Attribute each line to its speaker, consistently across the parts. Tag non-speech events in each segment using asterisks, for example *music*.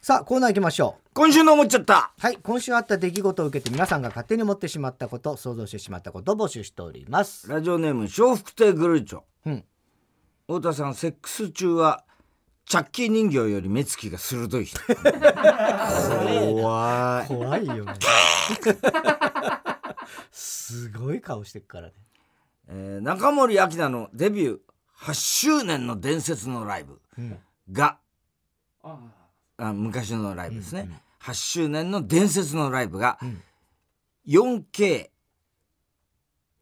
Speaker 1: さあ、コーナー行きましょう。
Speaker 2: 今週の思っちゃった
Speaker 1: はい、今週あった出来事を受けて皆さんが勝手に思ってしまったこと、想像してしまったことを募集しております。
Speaker 2: ラジオネーム笑福亭グルーチョ、
Speaker 1: うん
Speaker 2: 太田さんセックス中はチャッキー人形より目つきが鋭
Speaker 1: *laughs*
Speaker 2: い人怖い
Speaker 1: 怖いよね。すごい顔してるからね。
Speaker 2: えー中森明菜のデビュー8周年の伝説のライブ
Speaker 1: うん
Speaker 2: が、あ昔のライブですね、
Speaker 1: うんうん
Speaker 2: 8周年の伝説のライブが
Speaker 1: うん
Speaker 2: 4K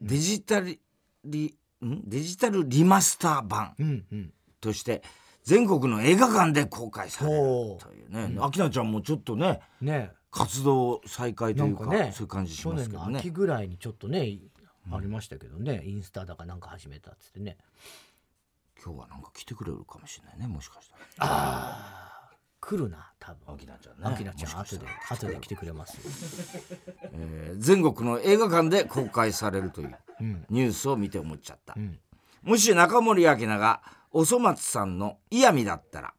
Speaker 2: デジタルリ、んデジタルリマスター版
Speaker 1: うんうん。
Speaker 2: として全国の映画館で公開される
Speaker 1: ほう
Speaker 2: というね明菜、ちゃんもちょっとね
Speaker 1: ねえ
Speaker 2: 活動再開というか
Speaker 1: なんかね
Speaker 2: そういう感じし
Speaker 1: 去
Speaker 2: ます
Speaker 1: 年
Speaker 2: けど
Speaker 1: の
Speaker 2: ね
Speaker 1: 秋ぐらいにちょっとね、ありましたけどね、インスタだかなんか始めたっつってね。
Speaker 2: 今日はなんか来てくれるかもしれないねもしかしたら
Speaker 1: ああ、来るな、多分。
Speaker 2: 明菜ちゃんね
Speaker 1: あきらちゃん、
Speaker 2: もしかし
Speaker 1: 後
Speaker 2: た
Speaker 1: で
Speaker 2: ら、
Speaker 1: 後で来てくれます。
Speaker 2: えー全国の映画館で公開されるという
Speaker 1: うん。
Speaker 2: ニュースを見て思っちゃった、
Speaker 1: うん。
Speaker 2: もし中森明菜がおそ松さんの嫌味だったら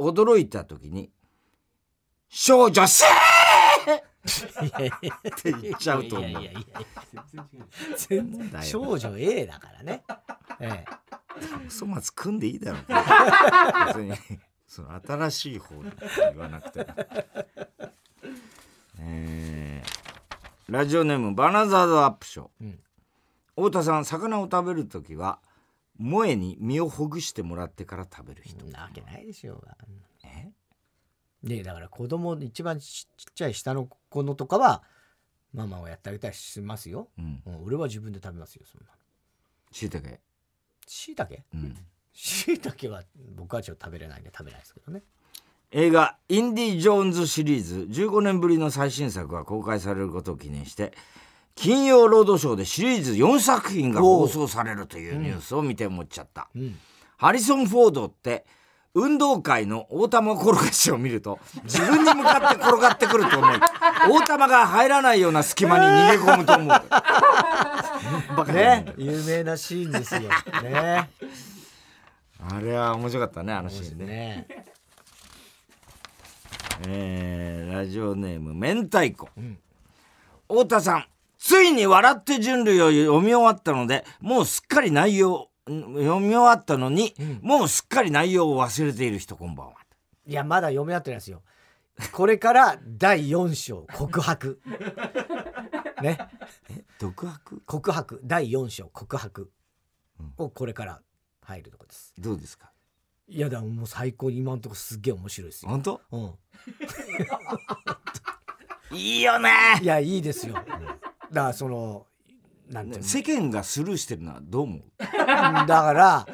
Speaker 2: 驚いた時に「少女せー!」って言っちゃうと思う
Speaker 1: いやいやいやいや。全然違う。
Speaker 2: だよ *laughs*
Speaker 1: 少女 A だからね。ええ。
Speaker 2: おそ松組んでいいだろう別にその新しい方に言わなくてもえーラジオネームバナザードアップショー、
Speaker 1: うん
Speaker 2: 太田さん魚を食べる時は萌えに身をほぐしてもらってから食べる人、
Speaker 1: そんなわけないでしょうが。
Speaker 2: え
Speaker 1: でだから子供一番ちちっちゃい下の子のとかはママをやってあげたりしますよ、
Speaker 2: うん
Speaker 1: うん、俺は自分で食べますよそんな
Speaker 2: しいたけ
Speaker 1: しいたけ
Speaker 2: うん
Speaker 1: しいたけは僕はちょっと食べれないんで食べないですけどね
Speaker 2: 映画「インディ・ジョーンズ」シリーズ15年ぶりの最新作が公開されることを記念して金曜ロードショーでシリーズ4作品が放送されるというニュースを見て思っちゃった、
Speaker 1: うん
Speaker 2: ハリソン・フォードって運動会の大玉転がしを見ると自分に向かって転がってくると *laughs* 思い大玉が入らないような隙間に逃げ込むと *laughs* 思うバカだね
Speaker 1: ね有名なシーンですよ
Speaker 2: *laughs*
Speaker 1: ね
Speaker 2: あれは面白かったねあのシーンね
Speaker 1: ね
Speaker 2: えーラジオネーム明太子、
Speaker 1: ん
Speaker 2: 太田さんついに「笑って人類」を読み終わったのでもうすっかり内容ん読み終わったのに、もうすっかり内容を忘れている人こんばんはい
Speaker 1: やまだ読み合ってないですよこれから第4章告白ね
Speaker 2: 独白
Speaker 1: 告白第4章告白をこれから入るとこです
Speaker 2: どうですか
Speaker 1: いやだからもう最高に今のとこすっげえ面白いですよ、
Speaker 2: 本当
Speaker 1: うん、
Speaker 2: いいよね
Speaker 1: いやいいですよ。だからそのなんていう
Speaker 2: 世間がスルーしてるのはどう思う
Speaker 1: のだから、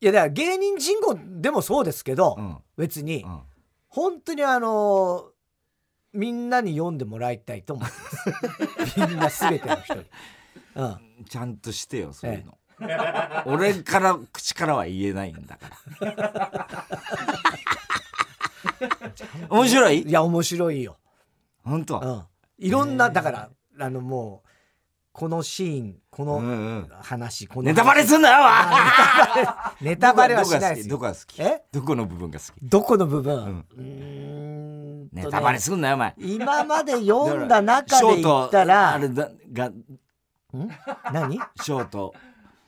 Speaker 1: いやだから芸人人口でもそうですけど、
Speaker 2: うん
Speaker 1: 別に、
Speaker 2: うん
Speaker 1: 本当にあのみんなに読んでもらいたいと思い
Speaker 2: *laughs*
Speaker 1: ます。みんなすべての人に。うん、
Speaker 2: ちゃんとしてよそういうの、俺から口からは言えないんだから *laughs* 面白い
Speaker 1: いや面白いよ。
Speaker 2: 本当、
Speaker 1: うん、いろんなだからあのもうこのシーンこ
Speaker 2: うんう
Speaker 1: の
Speaker 2: ん
Speaker 1: 話、この
Speaker 2: ネタバレすんなよ
Speaker 1: ネタバレはしないです
Speaker 2: ど
Speaker 1: よ。
Speaker 2: こが好きどこが好
Speaker 1: え
Speaker 2: きどこの部分が好き
Speaker 1: どこの部分、うーんとね
Speaker 2: ネタバレすんなよお前
Speaker 1: 今まで読んだ中で言
Speaker 2: シ
Speaker 1: った
Speaker 2: ョートあ
Speaker 1: ら
Speaker 2: れだが
Speaker 1: 何
Speaker 2: ショート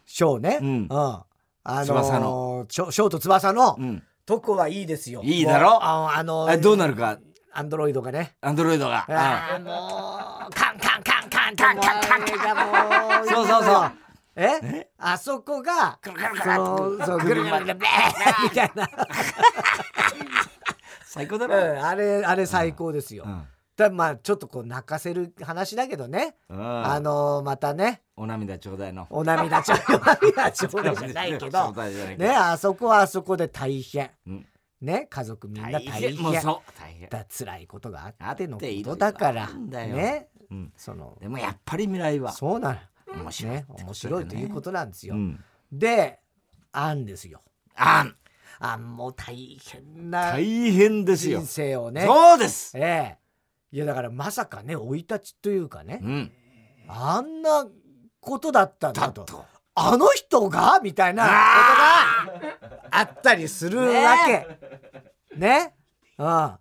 Speaker 1: ショーね、
Speaker 2: うん
Speaker 1: あのー、
Speaker 2: 翼
Speaker 1: ショショート翼の、
Speaker 2: うん
Speaker 1: とこはいいですよ
Speaker 2: いいだろ
Speaker 1: もうああの
Speaker 2: あれどうなるか
Speaker 1: アンドロイドがね
Speaker 2: アンドロイドが、
Speaker 1: ああもうカンカンカンカンカンカンカンカン
Speaker 2: そうそうそう
Speaker 1: えあそこがそのそうぐるぐるぐるぐるみたいな、
Speaker 2: 最高だ
Speaker 1: う
Speaker 2: ろ、
Speaker 1: ん、あれあれ最高ですよ、
Speaker 2: うん
Speaker 1: だまあちょっとこう泣かせる話だけどね、
Speaker 2: うん
Speaker 1: あのーまたね
Speaker 2: お涙ちょうだいの
Speaker 1: お涙ちょうだいお涙ちょうだいじゃないけ
Speaker 2: ちょ
Speaker 1: ど
Speaker 2: うだいじゃないけど
Speaker 1: ねあそこはあそこで大変、
Speaker 2: うん
Speaker 1: ね家族みんな大変
Speaker 2: もうそう大変
Speaker 1: だ辛いことがあってのこ
Speaker 2: あっていろい
Speaker 1: と
Speaker 2: ろ
Speaker 1: だから
Speaker 2: あるんだよ
Speaker 1: ね
Speaker 2: うん
Speaker 1: その
Speaker 2: でもやっぱり未来は
Speaker 1: そうな
Speaker 2: 面
Speaker 1: の
Speaker 2: 白いって
Speaker 1: ね
Speaker 2: ことだよね
Speaker 1: 面白いということなんですよ、
Speaker 2: うん
Speaker 1: であんですよ
Speaker 2: あん
Speaker 1: あんもう大変な
Speaker 2: 大変ですよ
Speaker 1: 人生をね
Speaker 2: そうです
Speaker 1: ええいやだからまさかね生い立ちというかね
Speaker 2: うん
Speaker 1: あんなことだったん
Speaker 2: だ
Speaker 1: だと
Speaker 2: と
Speaker 1: あの人がみたいなことがあったりするわけ。ね。うん、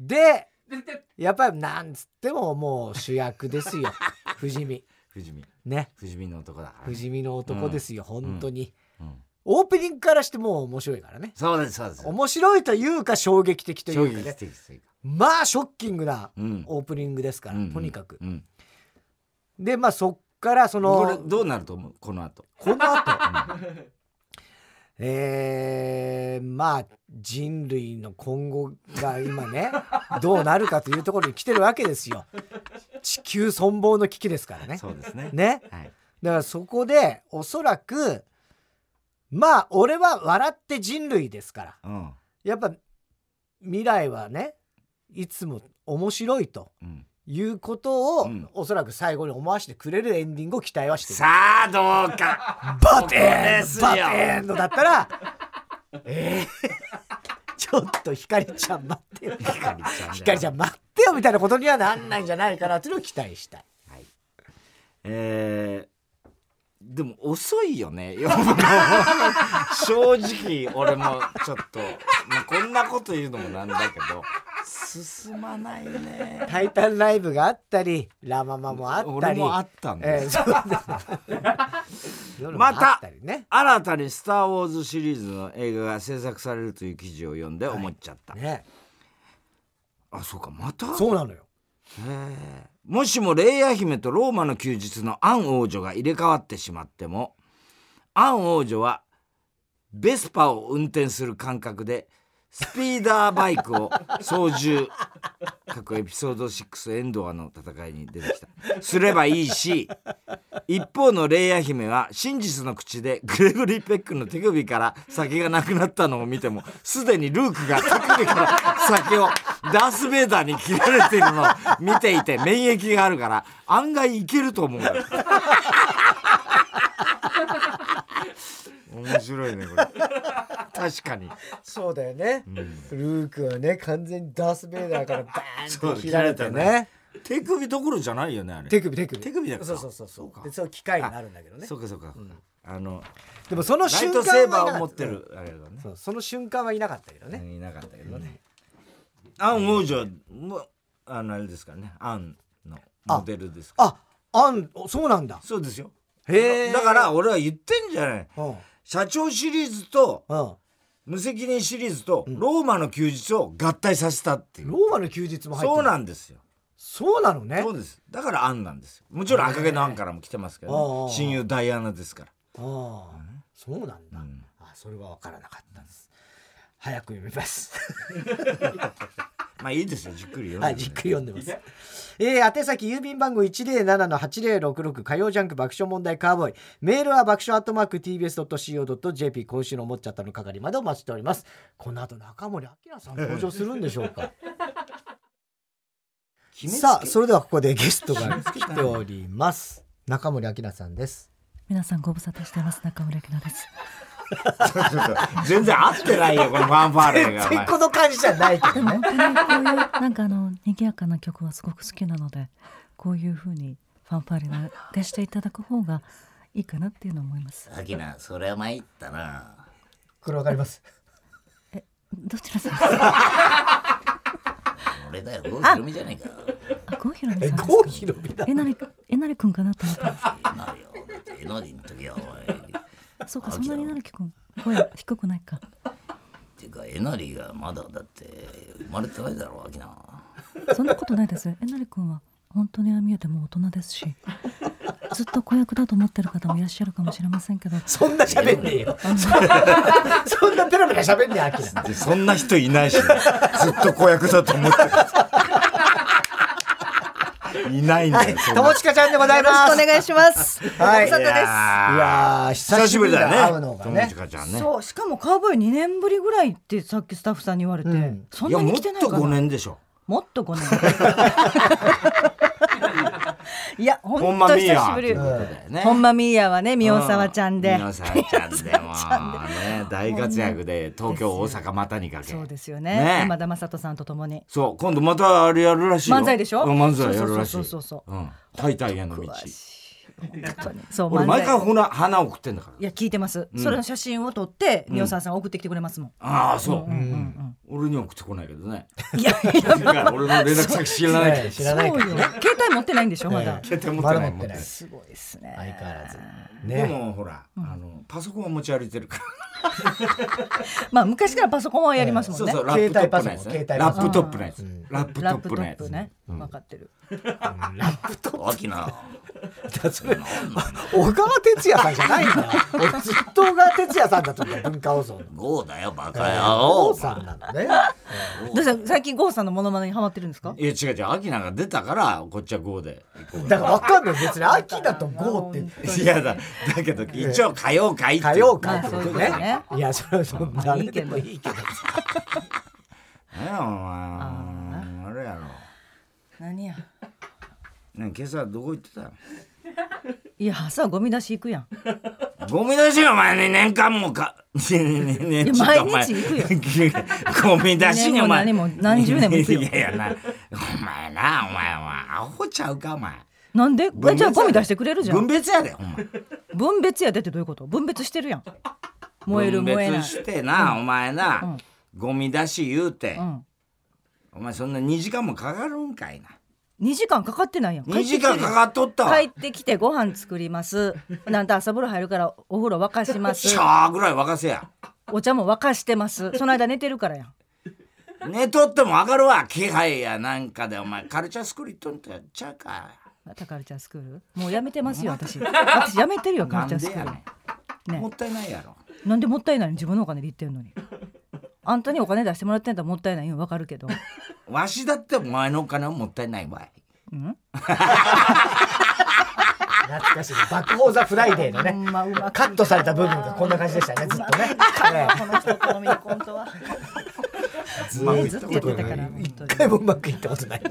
Speaker 1: で
Speaker 3: 絶対
Speaker 1: やっぱりなんつってももう主役で
Speaker 2: *laughs*
Speaker 1: すよ不死身
Speaker 2: 富士見
Speaker 1: ね
Speaker 2: 富士見の男だから、
Speaker 1: 不
Speaker 2: ね
Speaker 1: 死身の男ですよ、本当に、
Speaker 2: うん、
Speaker 1: オープニングからしてもう面白いからね
Speaker 2: そうですそうです
Speaker 1: 面白いというか衝撃的とい
Speaker 2: 衝
Speaker 1: うか
Speaker 2: 撃
Speaker 1: ね
Speaker 2: 的というか
Speaker 1: まあショッキングな
Speaker 2: うん
Speaker 1: オープニングですから、
Speaker 2: うん
Speaker 1: とにかく
Speaker 2: う、ん
Speaker 1: でまあそっからそ
Speaker 2: これ
Speaker 1: の
Speaker 2: どうなると思うこの後
Speaker 1: この後
Speaker 2: *laughs*
Speaker 1: えー、まあ人類の今後が今ね
Speaker 2: *laughs*
Speaker 1: どうなるかというところに来てるわけですよ地球存亡の危機ですからね
Speaker 2: そうです
Speaker 1: *laughs*
Speaker 2: ね
Speaker 1: ね
Speaker 2: はい
Speaker 1: だからそこでおそらくまあ俺は笑って人類ですから
Speaker 2: うん
Speaker 1: やっぱ未来はねいつも面白いと
Speaker 2: うん
Speaker 1: いうことを、
Speaker 2: うん
Speaker 1: おそらく最後に思わせてくれるエンディングを期待はしてる
Speaker 2: さあどうか
Speaker 1: バ
Speaker 2: こ
Speaker 1: テ
Speaker 2: で
Speaker 1: ン
Speaker 2: すよ
Speaker 1: バテンのだったらちょっとひかりちゃん待ってよ
Speaker 2: ひかりちゃんだよ
Speaker 1: ひかりちゃん待ってよみたいなことにはなんないんじゃないかなっていうのを期待したい
Speaker 2: はいえーでも遅いよ
Speaker 1: *laughs*
Speaker 2: ね読むの正直俺もちょっと、まあ、こんなこと言うのもなんだけど進まない
Speaker 1: 「
Speaker 2: ね
Speaker 1: タイタンライブ」があったり「ラ・ママ」もあった
Speaker 2: 俺
Speaker 1: り
Speaker 2: もあったんだよ、
Speaker 1: えーそう
Speaker 2: *laughs*
Speaker 1: です
Speaker 2: また
Speaker 1: あったりね
Speaker 2: 新たに「スター・ウォーズ」シリーズの映画が制作されるという記事を読んで思っちゃった、
Speaker 1: ね
Speaker 2: あそうかまた
Speaker 1: そうなのよ
Speaker 2: へえもしもレイヤ姫とローマの休日のアン王女が入れ替わってしまってもアン王女はベスパを運転する感覚でスピーダーバイクを操縦各エピソード6エンドアの戦いに出てきたすればいいし一方のレイヤ姫は真実の口でグレゴリー・ペックの手首から酒がなくなったのを見てもすでにルークが手首から酒をダース・ベイダーに切られているのを見ていて免疫があるから案外いけると思うんだよ面白いねこれ確かに、
Speaker 1: そうだよね、ルークはね完全にダース・ベイダーからバー
Speaker 2: *laughs*
Speaker 1: ン
Speaker 2: そ
Speaker 1: っ
Speaker 2: う
Speaker 1: て切られて
Speaker 2: 切られた
Speaker 1: ね
Speaker 2: 手首どころじゃないよねあれ
Speaker 1: 手首手首
Speaker 2: 手首だから
Speaker 1: そうそうそうそ
Speaker 2: そううか
Speaker 1: でそう機械になるんだけどね
Speaker 2: そうかそうか、あの
Speaker 1: でもその
Speaker 2: ライ
Speaker 1: 瞬
Speaker 2: ト
Speaker 1: 間
Speaker 2: セー
Speaker 1: は
Speaker 2: バーを
Speaker 1: いなか
Speaker 2: 持
Speaker 1: っ
Speaker 2: ったてるあれだね
Speaker 1: そうその瞬間はいなかったけどね、
Speaker 2: いなかったけどね。アン王女も、あの、あれですからね、アンのモデルですから。
Speaker 1: ああんおそうなんだ
Speaker 2: そうですよ。
Speaker 1: へえ
Speaker 2: だから、俺は言ってんじゃない。
Speaker 1: うんうん
Speaker 2: 社長シリーズと、
Speaker 1: ロ
Speaker 2: 無責任シリーズと、ローマの休日を合体させたっていう。
Speaker 1: ーマの休日も入ってる
Speaker 2: そうなんですよ。
Speaker 1: そうなのね
Speaker 2: そうです。だからアンなんですよ。もちろん赤毛のアンからも来てますけ
Speaker 1: あああ
Speaker 2: ど
Speaker 1: あ
Speaker 2: ね、親友ダイアナですから。
Speaker 1: ああ、そうなんだ、
Speaker 2: うん
Speaker 1: あそれは分からなかったです早く読みます
Speaker 2: まあいいですよ、じっくり読んで。
Speaker 1: はいじっくり読んでますえー、宛先郵便番号107-8066火曜ジャンク爆笑問題カーボーイメールは爆笑アットマーク TBS.CO.JP 今週の思っちゃったの係までお待ちしておりますこの後中森明菜さん登場するんでしょう *laughs* か
Speaker 2: *laughs* めつけ
Speaker 1: さあそれではここでゲストが来ております中森明菜さんです
Speaker 4: 皆さんご無沙汰してます中村明菜です
Speaker 1: *laughs*
Speaker 2: 全然合ってないよ、このファンファーレが。お
Speaker 1: 結
Speaker 2: 前
Speaker 1: 構の感じじゃないけ
Speaker 4: で
Speaker 1: ど
Speaker 4: も
Speaker 1: ね
Speaker 4: 本当
Speaker 1: *laughs*
Speaker 4: にこういうなんかあの賑やかな曲はすごく好きなのでこういう風にファンファーレなでしていただく方がいいかなっていうのを思います
Speaker 2: アキナ、それは参ったな。
Speaker 1: これわかります
Speaker 4: どちらさんです *laughs* か
Speaker 2: 俺だよ、ひろみじゃないか。
Speaker 4: あ郷ひろみさんで
Speaker 1: え
Speaker 4: すか
Speaker 1: 郷ひろみだ
Speaker 4: えなりえなりくんかなと思ったんで
Speaker 2: なるよ。だってえのりの時は、おい。っ
Speaker 4: すそうかそんなになりくん声低くないか
Speaker 2: ていうか、えのりがまだだって、生まれてないだろう、アキナ。
Speaker 4: そんなことないですえなりくんは本当にああ見えてもう大人ですしずっと子役だと思ってる方もいらっしゃるかもしれませんけ *laughs* ど
Speaker 1: そんな喋んねえ *laughs* よ。そんなペラペラ喋んねえ、アキラ。
Speaker 2: で、そんな人いないし、ずっと子役だと思ってる。いないんだよ。そんな
Speaker 1: 友近ちゃんでございます。
Speaker 5: お願いします。
Speaker 1: はい
Speaker 5: ご無沙
Speaker 2: いや
Speaker 5: 汰です
Speaker 1: いやー、久
Speaker 2: 久
Speaker 1: し
Speaker 2: し
Speaker 1: ぶ
Speaker 2: ぶ
Speaker 1: り
Speaker 2: り
Speaker 1: だ
Speaker 2: だ
Speaker 1: ね。会うの
Speaker 2: よね。
Speaker 1: が
Speaker 2: 友
Speaker 1: ね。
Speaker 2: 近ちゃんね。
Speaker 5: そう、しかもカウボーイ2年ぶりぐらいってさっきスタッフさんに言われて、
Speaker 1: うん
Speaker 5: そ
Speaker 2: い
Speaker 5: ん
Speaker 2: や、
Speaker 5: な
Speaker 2: も
Speaker 5: に
Speaker 2: っ
Speaker 5: 来てない
Speaker 2: と
Speaker 5: かな。
Speaker 2: 5年でしょ。
Speaker 5: もっと5年。いや、ほ
Speaker 2: ほん
Speaker 5: ん
Speaker 2: ま
Speaker 5: と
Speaker 2: ミー
Speaker 5: 久
Speaker 2: ヤ
Speaker 5: し
Speaker 2: ー。
Speaker 5: ぶり。
Speaker 2: ということだよね
Speaker 5: ほんまミーヤはね、宮沢ちゃんで。
Speaker 2: 宮沢ちゃんでもうね大活躍で東京大阪またにかけ
Speaker 5: そうですよ
Speaker 2: ね
Speaker 5: ね。山田雅人さんと共に。
Speaker 2: そう今度またあれやるらしいよ
Speaker 5: 漫才でしょ
Speaker 2: うん漫才やるらしい
Speaker 5: そうそうそうそう
Speaker 2: うん解体への道
Speaker 5: 詳しい本
Speaker 2: *laughs*
Speaker 5: 当にそう、
Speaker 2: 俺毎回
Speaker 5: 漫才。
Speaker 2: ほな花送ってんだから
Speaker 5: いや、聞いてます。それの写真を撮って、宮沢さん送ってきてくれますもん。
Speaker 2: ああそう、
Speaker 5: うんうん
Speaker 2: 俺俺には送ってこないけどね。
Speaker 5: いやいや
Speaker 2: いや俺の連絡先知らないけど。
Speaker 1: 知らない
Speaker 5: そ
Speaker 1: か
Speaker 5: うよ
Speaker 1: らね
Speaker 5: 携帯持ってないんでしょまだ、
Speaker 1: ええ
Speaker 2: 携帯持っ
Speaker 1: ま
Speaker 2: て
Speaker 1: だ
Speaker 2: ない
Speaker 1: 持ってない
Speaker 5: すごいですね
Speaker 1: 相変わらず
Speaker 2: で
Speaker 1: ね
Speaker 2: もほら、あのパソコンは持ち歩いてるから。
Speaker 5: まあ昔からパソコンはやりますもんね、
Speaker 2: そうそう、ラッ
Speaker 1: 携帯
Speaker 2: プトップのやつ、ね
Speaker 1: パソコ
Speaker 2: ラッ
Speaker 1: ン携。帯パソコン
Speaker 2: プトップのや
Speaker 1: う
Speaker 2: つ
Speaker 1: ん。
Speaker 2: ラップト
Speaker 5: ラッ
Speaker 2: ッ
Speaker 5: プ
Speaker 2: プ
Speaker 5: ト
Speaker 2: のや
Speaker 5: ッ
Speaker 2: つ
Speaker 5: プ。ね、分かってる
Speaker 1: ラップトッ
Speaker 2: 大きな。
Speaker 1: プだそれ小川哲也さんじゃないんだよ俺ずっと小川哲也さんだと思った文化放送の
Speaker 2: ゴーだよ、バカ
Speaker 1: 王さんなのね
Speaker 5: どうした最近郷さんのモノマネにハマってるんですか
Speaker 2: いや違う違う、アキナが出たから、こっちはゴーで行こう
Speaker 1: だ
Speaker 2: よ。
Speaker 1: からわかんない別に秋だとゴーって
Speaker 2: いやだ、だけど、一応火曜会っていう。
Speaker 1: 火曜会って
Speaker 5: ま
Speaker 1: こ
Speaker 5: あそういう
Speaker 1: と
Speaker 5: こと
Speaker 1: ね
Speaker 5: ね
Speaker 1: いやそれはそんな誰でもいいけど
Speaker 2: ねえお前あれやろ
Speaker 5: 何や
Speaker 2: ねえ今朝どこ行ってたの
Speaker 5: いや朝ゴミ出し行くやん
Speaker 2: ゴミ出しお前ね年間もかねえねえねえ
Speaker 5: いや
Speaker 2: ちょっとお前
Speaker 5: 毎日
Speaker 2: ゴ
Speaker 5: 行
Speaker 2: ミ出しにお前
Speaker 5: 何年も何も何十年も行くよ
Speaker 2: いやいやなお前なお前はアホちゃうかお前
Speaker 5: なんで
Speaker 2: 分
Speaker 5: えじゃあ
Speaker 2: 別や
Speaker 5: ゴ
Speaker 2: で
Speaker 5: ミ出してくれるじゃ
Speaker 2: 分
Speaker 5: ん
Speaker 2: 別やでお前
Speaker 5: 分別やでってどういうこと分別してるやん燃える燃えな
Speaker 2: 分
Speaker 5: い
Speaker 2: 別してなお前
Speaker 5: う
Speaker 2: なんゴミ出し言うて
Speaker 5: うん
Speaker 2: お前そんな2時間もかかるんかいな
Speaker 5: 2時間かかってないやん
Speaker 2: 2時間かかっとったわ
Speaker 5: 帰ってきてご飯作りますなんと朝風呂入るからお風呂沸かします
Speaker 2: シャーぐらい沸かせや
Speaker 5: お茶も沸かしてますその間寝てるからやん
Speaker 2: 寝とっても上がるわ気配やなんかでお前カルチャースクリートンとやっちゃうか
Speaker 5: またカルチャースクールもうやめてますよ私私やめてるよカ
Speaker 2: な
Speaker 5: ル
Speaker 2: ん
Speaker 5: チャー
Speaker 2: で
Speaker 5: スク
Speaker 2: や
Speaker 5: ール
Speaker 2: ねん、
Speaker 5: ね
Speaker 2: もったいないやろ
Speaker 5: なんでもったいないの自分のお金で言ってん
Speaker 2: *laughs*
Speaker 5: のにあんたにお金出してもらってんだったらもったいないよわかるけど
Speaker 2: わしだってお前のお金はもったいないわい
Speaker 5: うん
Speaker 1: 懐かしいバックホーザフライデーのね
Speaker 5: ほんまうまく
Speaker 1: カットされた部分がこんな感じでしたねずっとねええ
Speaker 5: この人好みのコントは
Speaker 2: ず
Speaker 5: 前ずっとやってたから本
Speaker 1: 一
Speaker 5: 当に
Speaker 1: 回もうまくいったことない。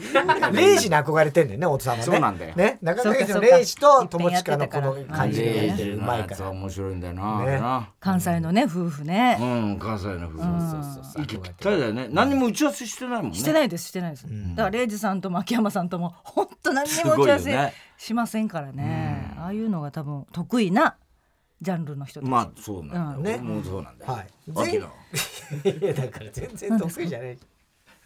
Speaker 1: レイジに憧れてんだよね、大津さんはね。
Speaker 2: そうなんだよ
Speaker 1: ね、中
Speaker 5: そう
Speaker 1: 村
Speaker 5: か
Speaker 1: レイジ
Speaker 5: そ
Speaker 1: のレイジと
Speaker 5: うか
Speaker 1: 友近のこの感じが
Speaker 5: い
Speaker 1: 似
Speaker 5: っぱ
Speaker 1: てるうまいか
Speaker 2: そう
Speaker 1: ら。
Speaker 2: 面白いんだよな,、
Speaker 1: ね
Speaker 2: な
Speaker 5: 関西のね夫婦ね
Speaker 2: うん関西の風そうそうそう息ぴったりだよね何にも打ち合わせしてないもんね
Speaker 5: してないですしてないですだからレイジさんと牧山さんとも本当何にも打ち合
Speaker 2: す
Speaker 5: わ
Speaker 2: ごいよね
Speaker 5: せしませんからねああいうのが多分得意なジャンルの人たち
Speaker 2: まあそうなんだよ、
Speaker 1: うん
Speaker 2: 俺もそうなんだよ、
Speaker 1: はい
Speaker 2: 秋の
Speaker 1: いやだから全然得意じゃない。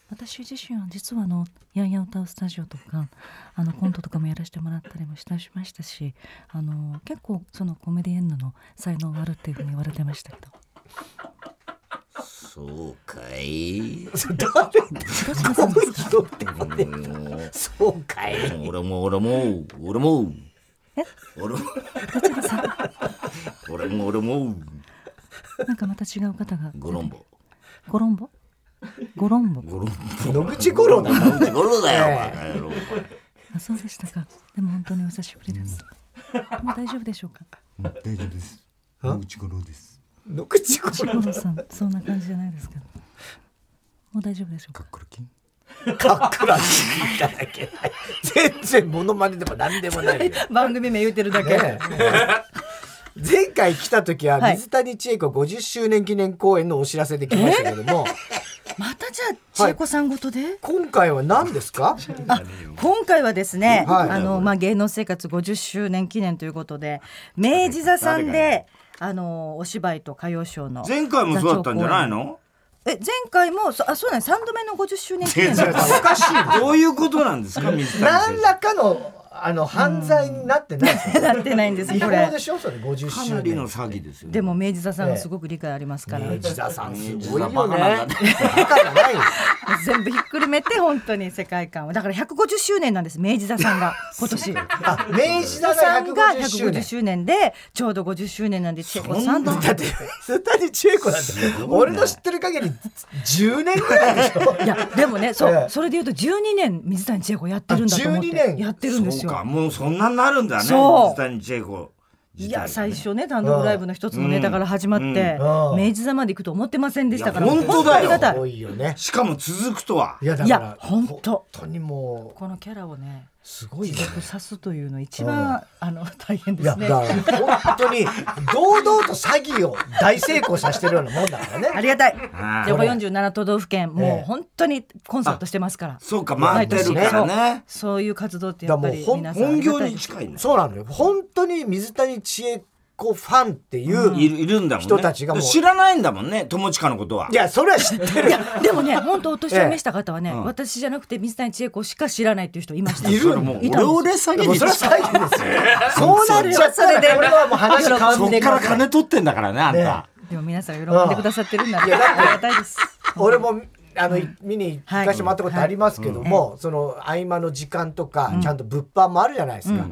Speaker 4: 私自身は実はあの「やんやん歌うスタジオ」とかあのコントとかもやらせてもらったりもしたしましたしあの結構そのコメディエンヌの才能があるっていうふうに言われてましたけど
Speaker 2: そうかい
Speaker 1: どういう人ってこれ *laughs* そうかい。
Speaker 2: 俺も俺も俺も俺も俺も俺も
Speaker 4: *laughs* なんかまた違う方が
Speaker 2: ゴロンボ
Speaker 4: ゴロンボゴロンボ
Speaker 2: ゴロン
Speaker 1: 野口五郎だな。
Speaker 2: ボゴロだよバカ野郎
Speaker 4: あそうでしたかでも本当にお久しぶりですもう大丈夫でしょうか
Speaker 2: 大丈夫です
Speaker 1: あ
Speaker 2: 野口五郎です
Speaker 1: 野口五
Speaker 4: 志
Speaker 1: 郎。
Speaker 4: 郎さんそんな感じじゃないですけどもう大丈夫でしょうか
Speaker 2: っこるきん
Speaker 1: かっくらしいただけない。全然モノマネでも何でも *laughs* ないよ。
Speaker 5: 番組名言ってるだけ、
Speaker 1: ねえ前回来た時は
Speaker 5: はい
Speaker 1: 水谷千恵子50周年記念公演のお知らせで来ましたけども、
Speaker 5: またじゃあ千恵子さんごとで、
Speaker 1: 今回は何ですか
Speaker 5: あ今回はですね、
Speaker 1: はい
Speaker 5: あのまあ、芸能生活50周年記念ということで明治座さんであのお芝居と歌謡ショーの
Speaker 2: 前回もそうだったんじゃない
Speaker 5: 座長公
Speaker 2: の
Speaker 5: 演え前回もそあそうなんです3度目の50周年記
Speaker 2: 全
Speaker 5: 念
Speaker 2: 然お
Speaker 5: で
Speaker 2: かしいどういうことなんですか水谷
Speaker 1: 何
Speaker 2: 先
Speaker 1: らかのあの犯罪になってないですよね
Speaker 5: なってないんで
Speaker 2: *laughs*
Speaker 5: す
Speaker 1: 違
Speaker 5: こ
Speaker 1: 法
Speaker 5: れ
Speaker 1: でしょそれ
Speaker 2: 生
Speaker 1: 50
Speaker 2: か
Speaker 1: 周
Speaker 2: なり
Speaker 1: 年
Speaker 2: の詐欺ですよ
Speaker 5: でも明治座さんはすごく理解ありますから、
Speaker 1: 明治座さんすごい
Speaker 2: 明治座バカ
Speaker 1: よ
Speaker 2: な
Speaker 1: ね
Speaker 2: んだ
Speaker 1: バカじゃないよ
Speaker 5: 全部ひっくるめて本当に世界観をだから150周年なんです明治座さん
Speaker 2: *laughs*
Speaker 5: が今年。
Speaker 1: あ明治座
Speaker 5: さ
Speaker 1: が
Speaker 5: んが
Speaker 1: 150周
Speaker 5: 150
Speaker 1: 年
Speaker 5: 周年でちょうど50周年なんで千恵子さんと
Speaker 1: だ *laughs* って水谷千恵子なんて俺の知ってる限り10年ぐらいでしょ
Speaker 5: いやでもねそう、
Speaker 1: ええ
Speaker 5: それで言うと12年水谷千恵子やってるんだと思っ
Speaker 1: あ12年
Speaker 5: てやってるんです
Speaker 2: そうか
Speaker 5: よ。
Speaker 2: もうそんなになるんだね
Speaker 5: そう
Speaker 2: 水谷千恵子
Speaker 5: いや最初ね単独ライブの一つのネタから始まって、
Speaker 1: うんうん
Speaker 5: 明治座まで行くと思ってませんでしたから
Speaker 2: いや本当だよ
Speaker 5: ありがた
Speaker 1: 多
Speaker 5: い
Speaker 1: いよね
Speaker 2: しかも続くとはい
Speaker 1: やだ
Speaker 5: い
Speaker 1: か
Speaker 5: や
Speaker 1: ら
Speaker 5: 本当
Speaker 1: 本当にもう
Speaker 5: このキャラをね
Speaker 1: すごいよね
Speaker 5: 僕刺すというの一番、あの大変で
Speaker 1: いや
Speaker 5: す
Speaker 1: だ
Speaker 5: ね
Speaker 1: か。ら本当に堂々と詐欺を大成功させてるようなもんだからね
Speaker 5: ありがたい
Speaker 2: ああ
Speaker 5: 横47都道府県
Speaker 1: え
Speaker 5: も
Speaker 1: え
Speaker 5: う本当にコンサートしてますから
Speaker 2: そうか回ってるからね
Speaker 5: そういう活動ってやっぱ
Speaker 1: だ
Speaker 5: り
Speaker 1: からもうほん
Speaker 5: 皆さんあ
Speaker 2: 本
Speaker 5: りが
Speaker 2: 業
Speaker 5: たい
Speaker 2: に近いね
Speaker 1: そうなのよ本当に水谷千恵子ファンっていう、
Speaker 2: いるいるんだもんね
Speaker 1: 人たちがもう
Speaker 2: 知らないんだもんね友近のことはい
Speaker 1: やそれは知ってる
Speaker 5: いやでもね本当お年を召した方はね、
Speaker 2: ええうん
Speaker 5: 私じゃなくて水谷千恵子しか知らないっていう人いました
Speaker 1: いる
Speaker 2: それもう
Speaker 5: いた
Speaker 2: オ
Speaker 5: んです
Speaker 2: レオレ詐欺
Speaker 1: もう
Speaker 2: に
Speaker 1: それは
Speaker 2: そ
Speaker 1: 詐欺ですよそうなっちゃったらこれはもう話変わんね
Speaker 2: っ
Speaker 1: え
Speaker 2: から金取ってんだからねあんた
Speaker 5: でも皆さん喜んでくださってるんだな
Speaker 1: うんいやだって
Speaker 5: ありがたいです
Speaker 1: *laughs* 俺もあの、見に行かせてもらったことありますけども、その合間の時間とか、ちゃんと物販もあるじゃないですか、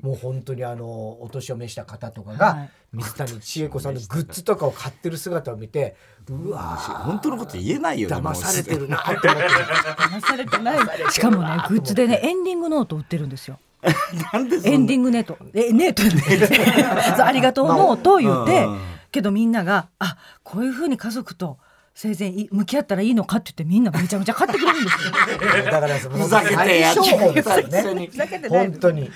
Speaker 1: もう本当にあのお年を召した方とかが、
Speaker 5: はい
Speaker 1: 水谷千恵子さんのグッズとかを買ってる姿を見てうわ
Speaker 2: 本当のこと言えないよね
Speaker 1: 騙されて
Speaker 2: もう
Speaker 1: るなって思って
Speaker 5: 騙されてないしかもねグッズでねエンディングノート売ってるんですよ
Speaker 2: なんでそん
Speaker 5: エ
Speaker 2: な
Speaker 5: ンディングネートえネートそうありがとうノート言うて
Speaker 2: うん
Speaker 5: けどみんながあこういうふうに家族と生前い向き合ったらいいのかって言ってみんなめちゃめちゃ買ってくれるんですよ *laughs*
Speaker 1: だからその
Speaker 2: ふざけてやっ
Speaker 1: 最
Speaker 2: て
Speaker 1: 小限ですよ
Speaker 2: 本当に
Speaker 1: ね
Speaker 5: ふざけてない
Speaker 1: 本当に。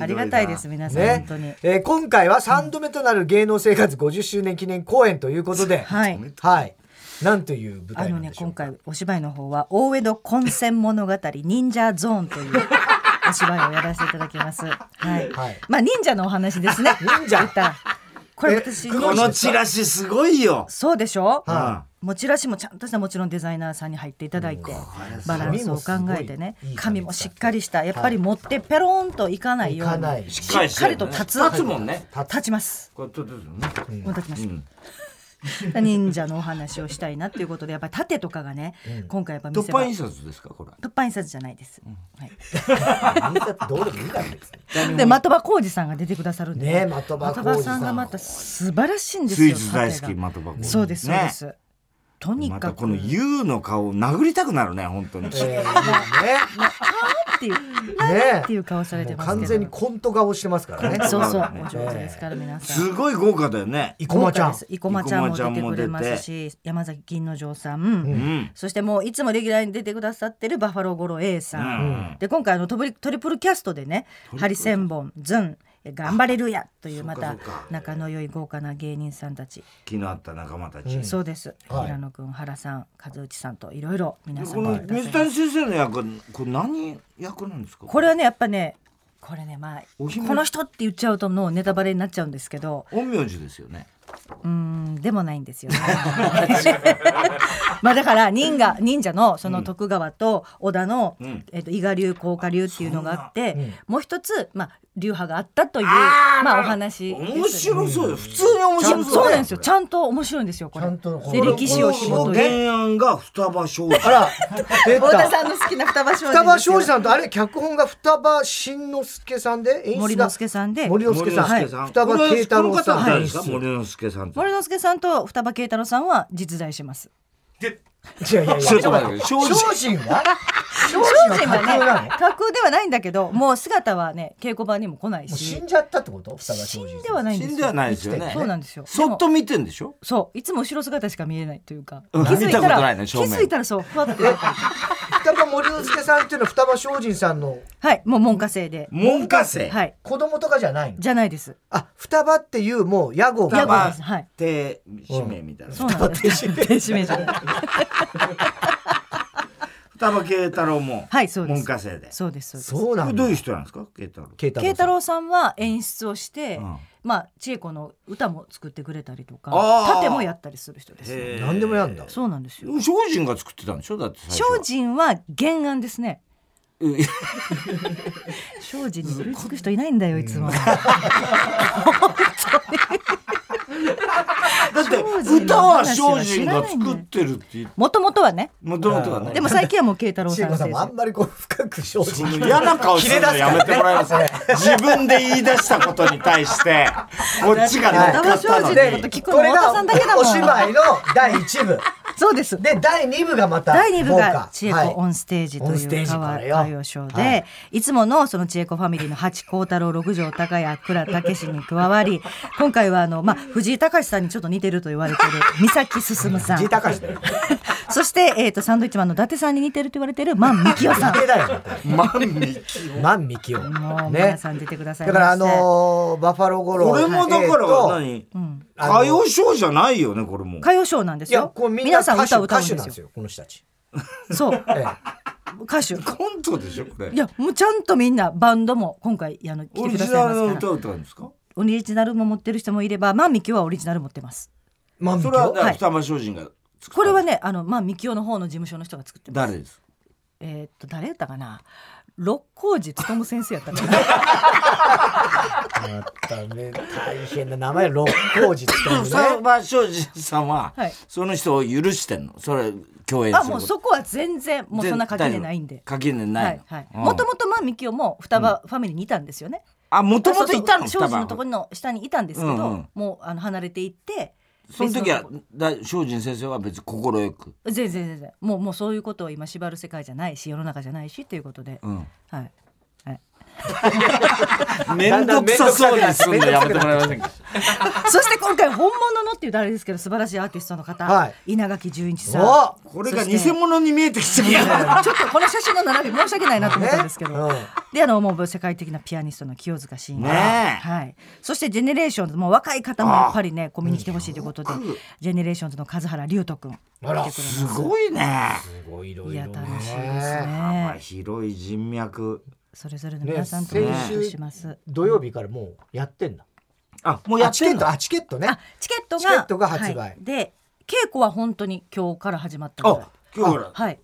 Speaker 5: ありがたいです皆さん、
Speaker 1: ね
Speaker 5: 本当に
Speaker 1: えー今回は3度目となる芸能生活50周年記念公演ということで、はい、
Speaker 5: はい
Speaker 1: なんという舞
Speaker 5: あ
Speaker 1: 台な
Speaker 5: の
Speaker 1: ん
Speaker 5: ね
Speaker 1: でしょう
Speaker 5: 今
Speaker 1: か。
Speaker 5: 回お芝居の方は大江戸混戦物語忍者ゾーン
Speaker 1: *laughs*
Speaker 5: というお芝居をやらせていただきます。はい。
Speaker 1: はい
Speaker 5: まあ忍者のお話ですね。
Speaker 1: *laughs* 忍者
Speaker 5: 歌これ私
Speaker 1: え
Speaker 2: このチラシすごいよ
Speaker 5: そうでしょ。
Speaker 1: は
Speaker 5: もうチラシもちゃんとしたもちろんデザイナーさんに入っていただいてバランスを考えてね
Speaker 1: 紙もすごいいい紙
Speaker 5: 紙もしっかりしたやっぱり持ってペローンといかないよう
Speaker 1: いかない
Speaker 5: に
Speaker 1: し
Speaker 5: しっかりと立つ
Speaker 2: 立つもんね
Speaker 5: 立ちます
Speaker 2: これちょっとね
Speaker 5: もう立ちます
Speaker 2: うん
Speaker 5: *laughs* 忍者のお話をしたいなっていうことでやっぱり盾とかがね今回やっぱ見
Speaker 2: 突
Speaker 5: せ場
Speaker 2: 破印刷ですかこれ
Speaker 5: 凸版印刷じゃないです、はい
Speaker 1: い。だってどうでもいいから別に
Speaker 5: で的場浩二さんが出てくださるんで
Speaker 1: ね的場浩二さん
Speaker 5: さんがまた素晴らしいんです
Speaker 2: スイ
Speaker 5: よ
Speaker 2: ーツ大好き
Speaker 5: 縦が
Speaker 2: 的箱
Speaker 5: そうですそうです、とに
Speaker 2: ま
Speaker 5: か
Speaker 2: た
Speaker 5: く、
Speaker 2: この U の顔を殴りたくなるね本当に
Speaker 1: えーま
Speaker 5: っていう
Speaker 1: あね。ね
Speaker 5: っていう顔され
Speaker 1: も
Speaker 5: て
Speaker 1: う
Speaker 5: ますけど
Speaker 1: 完全にコント顔してますからね。
Speaker 5: そうそう
Speaker 2: ね
Speaker 5: お上手ですから皆さん
Speaker 2: すごい豪華だよね
Speaker 1: 生駒ちゃ
Speaker 5: 豪華
Speaker 1: ん
Speaker 5: です。生駒ちゃん
Speaker 2: 生駒
Speaker 5: も
Speaker 2: ちゃ
Speaker 5: 出
Speaker 2: ん
Speaker 5: て
Speaker 2: も
Speaker 5: く
Speaker 2: 出て
Speaker 5: れますし山崎銀之丞さん、
Speaker 2: うん
Speaker 5: そしてもういつもレギュラーに出てくださってるバファロー五郎 A さ、
Speaker 2: うんん
Speaker 5: で今回あのトリトリプルキャストでねハリセンボンズンえ頑張れるやというま
Speaker 2: そ
Speaker 5: た
Speaker 2: うかそうか
Speaker 5: 仲の良い豪華な芸人さんたち
Speaker 2: 昨日会った仲間たち
Speaker 5: そうです、
Speaker 1: はい
Speaker 5: 平野くん原さん和内さんといろいろ皆さ
Speaker 2: こ
Speaker 5: ん
Speaker 2: の
Speaker 5: 出てくだ
Speaker 2: 水
Speaker 5: さいま
Speaker 2: 谷
Speaker 5: す
Speaker 2: 先生の役これ何役なんですか
Speaker 5: これはねやっぱねこれねまあ
Speaker 2: お
Speaker 5: こ
Speaker 2: 姫
Speaker 5: の人って言っちゃうともうネタバレになっちゃうんですけど
Speaker 2: 陰陽師ですよね
Speaker 5: うーんでもないんですよ、ね、 *laughs* まあだから忍が忍者のその徳川と織田の、
Speaker 2: ん
Speaker 5: えっと伊賀流甲賀流っていうのがあって、
Speaker 1: んなうん
Speaker 5: もう一つまあ流派があったという
Speaker 2: あー
Speaker 5: まあお話です
Speaker 2: 面白そうよ普通に面
Speaker 5: いや
Speaker 2: 白
Speaker 5: そ
Speaker 2: そうう
Speaker 5: なんですよちゃんと面白いんですよこれ
Speaker 1: ちゃんとこ
Speaker 5: で
Speaker 1: れ
Speaker 5: 歴史を紐
Speaker 2: こ
Speaker 5: 解
Speaker 2: の
Speaker 5: いて
Speaker 2: 原案が双葉少女
Speaker 1: あら出
Speaker 5: 太田さ
Speaker 1: た。
Speaker 5: んの好きな双葉少
Speaker 1: 双葉
Speaker 5: 女
Speaker 1: 庄司さんとあれ脚本が双葉慎之介さんで演出が
Speaker 5: 森之助さんで
Speaker 1: 森之
Speaker 2: 森
Speaker 1: 助
Speaker 2: 之
Speaker 1: さん
Speaker 2: 助さん
Speaker 1: 双葉慶太郎さ
Speaker 2: これはこの方誰
Speaker 1: ん
Speaker 2: ですか森之助さんって
Speaker 5: 森之助さんと双葉慶太郎さんは実在します。
Speaker 1: いやいやいや
Speaker 2: ちょっと待って庄司
Speaker 1: 庄司は庄
Speaker 5: 商
Speaker 1: 司
Speaker 5: 人
Speaker 1: は
Speaker 5: は
Speaker 1: 架空なの
Speaker 5: ね
Speaker 1: も
Speaker 5: 架空ではないんだけどもう姿はね稽古場にも来ないう
Speaker 1: 死
Speaker 5: し
Speaker 1: んじゃったってこと双葉
Speaker 5: 死
Speaker 1: 庄司
Speaker 5: んではないん
Speaker 2: 死
Speaker 5: ですよ
Speaker 2: んではないですよね
Speaker 5: そうなんですよ
Speaker 2: そっと見てんでしょ
Speaker 5: そういつも後ろ姿しか見えないというか、
Speaker 2: うん
Speaker 5: 気づいた
Speaker 2: 見たことな
Speaker 5: ら
Speaker 2: いね
Speaker 5: 気
Speaker 2: 正面
Speaker 5: づいたらそうふわっと
Speaker 1: 双葉森之助さんっていうのは双葉庄司さんの
Speaker 5: はいもう門下生で
Speaker 2: 門下生
Speaker 5: はい
Speaker 1: 子供とかじゃないの
Speaker 5: じゃないです
Speaker 1: あ双葉っていうもう屋号
Speaker 5: ヤ
Speaker 2: 双
Speaker 5: ゴ
Speaker 2: 葉
Speaker 5: ンですはい
Speaker 2: で使命みたいな
Speaker 5: そうなんです天使名じゃない
Speaker 2: 双葉慶太郎も
Speaker 5: *laughs* はいそうです
Speaker 2: 門下生で
Speaker 5: そうですそうです
Speaker 1: そうな
Speaker 2: これ
Speaker 1: ん
Speaker 2: ど
Speaker 1: だ
Speaker 2: ういう人なんですか慶太郎
Speaker 1: 慶太郎
Speaker 5: 慶
Speaker 1: さん
Speaker 5: 太郎さんは演出をして、
Speaker 2: うん
Speaker 5: まあ千恵子の歌も作ってくれたりとか
Speaker 2: あー
Speaker 5: 盾もやったりする人です
Speaker 2: へー
Speaker 1: 何でもやんだ
Speaker 5: そうなんですよ
Speaker 2: 精進が作ってたんでしょだって
Speaker 5: 精進は原案ですね *laughs* 精進に取り付く人いないんだよいつも
Speaker 2: だって歌は精進が作ってるって言って
Speaker 5: もともとはね
Speaker 2: もともとはね
Speaker 5: でも最近はもう慶太郎
Speaker 1: 千
Speaker 5: さ
Speaker 1: 恵子 *laughs* さ
Speaker 5: んです
Speaker 1: んもあんまりこう深く庄司
Speaker 2: その嫌な顔するのやめてもらえます *laughs* 自分で言い出したことに対して *laughs* こっちが乗っかったのに
Speaker 5: で聞くの
Speaker 1: これ
Speaker 5: 太田
Speaker 1: が
Speaker 5: さんだけだも
Speaker 1: お
Speaker 5: ん
Speaker 1: 芝居の第1部
Speaker 5: そうです
Speaker 1: で第2部がまた
Speaker 5: 第2部
Speaker 1: 豪華
Speaker 5: が千恵
Speaker 1: はい
Speaker 5: 子オンステージと
Speaker 1: オン
Speaker 5: い
Speaker 1: ステー
Speaker 5: う
Speaker 1: ジ
Speaker 5: 川
Speaker 1: これよ
Speaker 5: 歌謡ショーで、
Speaker 1: はい
Speaker 5: い、つものその千恵子ファミリーの八幸太郎六条高谷倉武に加わり今回はあの、まあ、藤井隆さんにちょっと似てると言われてる三崎進さ
Speaker 1: 藤井
Speaker 5: ん
Speaker 1: 隆だよ
Speaker 5: そして、えー、とサンドイッチマンの伊達さんに似てると言われてる万幹雄さん
Speaker 1: 池だよ
Speaker 2: 万力
Speaker 1: 万幹雄
Speaker 5: もう皆
Speaker 1: ね
Speaker 5: さん出てください
Speaker 1: だ
Speaker 5: まして
Speaker 1: からあのーバファローゴロ
Speaker 2: これもだから
Speaker 1: えーと
Speaker 2: 何
Speaker 1: あの
Speaker 2: 歌謡ショーじゃないよねこれも
Speaker 5: 歌謡ショーなんで
Speaker 1: い
Speaker 5: す
Speaker 1: や
Speaker 5: よ
Speaker 1: こうみんな
Speaker 5: 皆さん
Speaker 1: 歌手
Speaker 5: 歌を
Speaker 1: 歌
Speaker 5: 歌うん
Speaker 1: 手
Speaker 5: で
Speaker 1: なん
Speaker 5: す
Speaker 1: です
Speaker 5: よ
Speaker 1: よこの人たち
Speaker 5: そう
Speaker 1: ええ
Speaker 5: 歌手
Speaker 2: コントでしょこれ
Speaker 5: いやもうちゃんとみんなバンドも今回あの来
Speaker 2: オ
Speaker 5: て
Speaker 2: リ
Speaker 5: くだ
Speaker 2: ジ
Speaker 5: さい
Speaker 2: ナル
Speaker 5: ま
Speaker 2: の
Speaker 5: すから
Speaker 2: 歌を歌うんですか
Speaker 5: オリジナルも持ってる人もいればまあみきおはオリジナル持ってます
Speaker 1: 万
Speaker 2: それはだから
Speaker 5: はい
Speaker 2: 二間精進が作った
Speaker 5: これはねあのまあみきおの方の事務所の人が作ってます
Speaker 2: 誰です
Speaker 5: えーっと誰やったかな六甲寺勉先生やったかな
Speaker 1: またね大変な名前六甲寺って言っ
Speaker 2: 二
Speaker 1: たもんね
Speaker 2: 間精進さんは
Speaker 5: はい
Speaker 2: その人を許してんのそれ共演する
Speaker 5: あ
Speaker 2: こと
Speaker 5: *laughs* もうそこは全然もうそんな垣根ないんで。
Speaker 2: 垣根
Speaker 5: は
Speaker 2: ない
Speaker 5: い
Speaker 2: の、
Speaker 5: はい。
Speaker 2: うん
Speaker 5: もともとまあみきおも双葉ファミリーにいたんですよね。
Speaker 2: あもともといたの
Speaker 5: そうそう庄司の
Speaker 2: 双
Speaker 5: と
Speaker 2: 葉
Speaker 5: ころの下にいたんですけど、
Speaker 2: うんうん
Speaker 5: もうあの離れていって。
Speaker 2: その時は
Speaker 5: 別とこ
Speaker 2: だ精進先生は別に心よく、
Speaker 5: 全然全然もうもうそういうことを今縛る世界じゃないし世の中じゃないしということで、
Speaker 2: うん、
Speaker 5: はいはい。
Speaker 2: めんどくさそうにすんのやめてもらえませんか
Speaker 5: そして今回本物のっていうとあれですけど素晴らしいアーティストの方、
Speaker 1: はい
Speaker 5: 稲垣純一さん。
Speaker 1: お
Speaker 2: これが偽物に見えてきちゃう
Speaker 5: ちょっとこの写真の並び申し訳ないなと思ったんですけど、
Speaker 1: ねうん
Speaker 5: であのもう世界的なピアニストの清塚信也、
Speaker 2: ねえ
Speaker 5: はい、そしてジェネレーションズもう若い方もやっぱりねこう見に来てほしいということで、ジェネレーションズの数原龍斗君
Speaker 1: あら
Speaker 2: すごいね
Speaker 1: すごいいろ
Speaker 5: い
Speaker 1: いろ
Speaker 5: や
Speaker 1: ね
Speaker 5: 楽しいです
Speaker 2: まあ
Speaker 5: ね
Speaker 2: 広い人脈
Speaker 5: それぞれの皆さんと
Speaker 1: ね
Speaker 5: お話
Speaker 1: 先
Speaker 5: を
Speaker 1: 週
Speaker 5: します、
Speaker 1: 土曜日からもうやってんだ
Speaker 2: あもうや
Speaker 1: あ
Speaker 2: っ
Speaker 1: チ
Speaker 2: て
Speaker 1: ケ
Speaker 2: ん
Speaker 1: ッ
Speaker 2: の
Speaker 1: トあチケットね
Speaker 5: あチケットが
Speaker 1: チケットが発売
Speaker 5: はいで稽古は本当に今日から始まったの
Speaker 2: あ今日から
Speaker 5: はい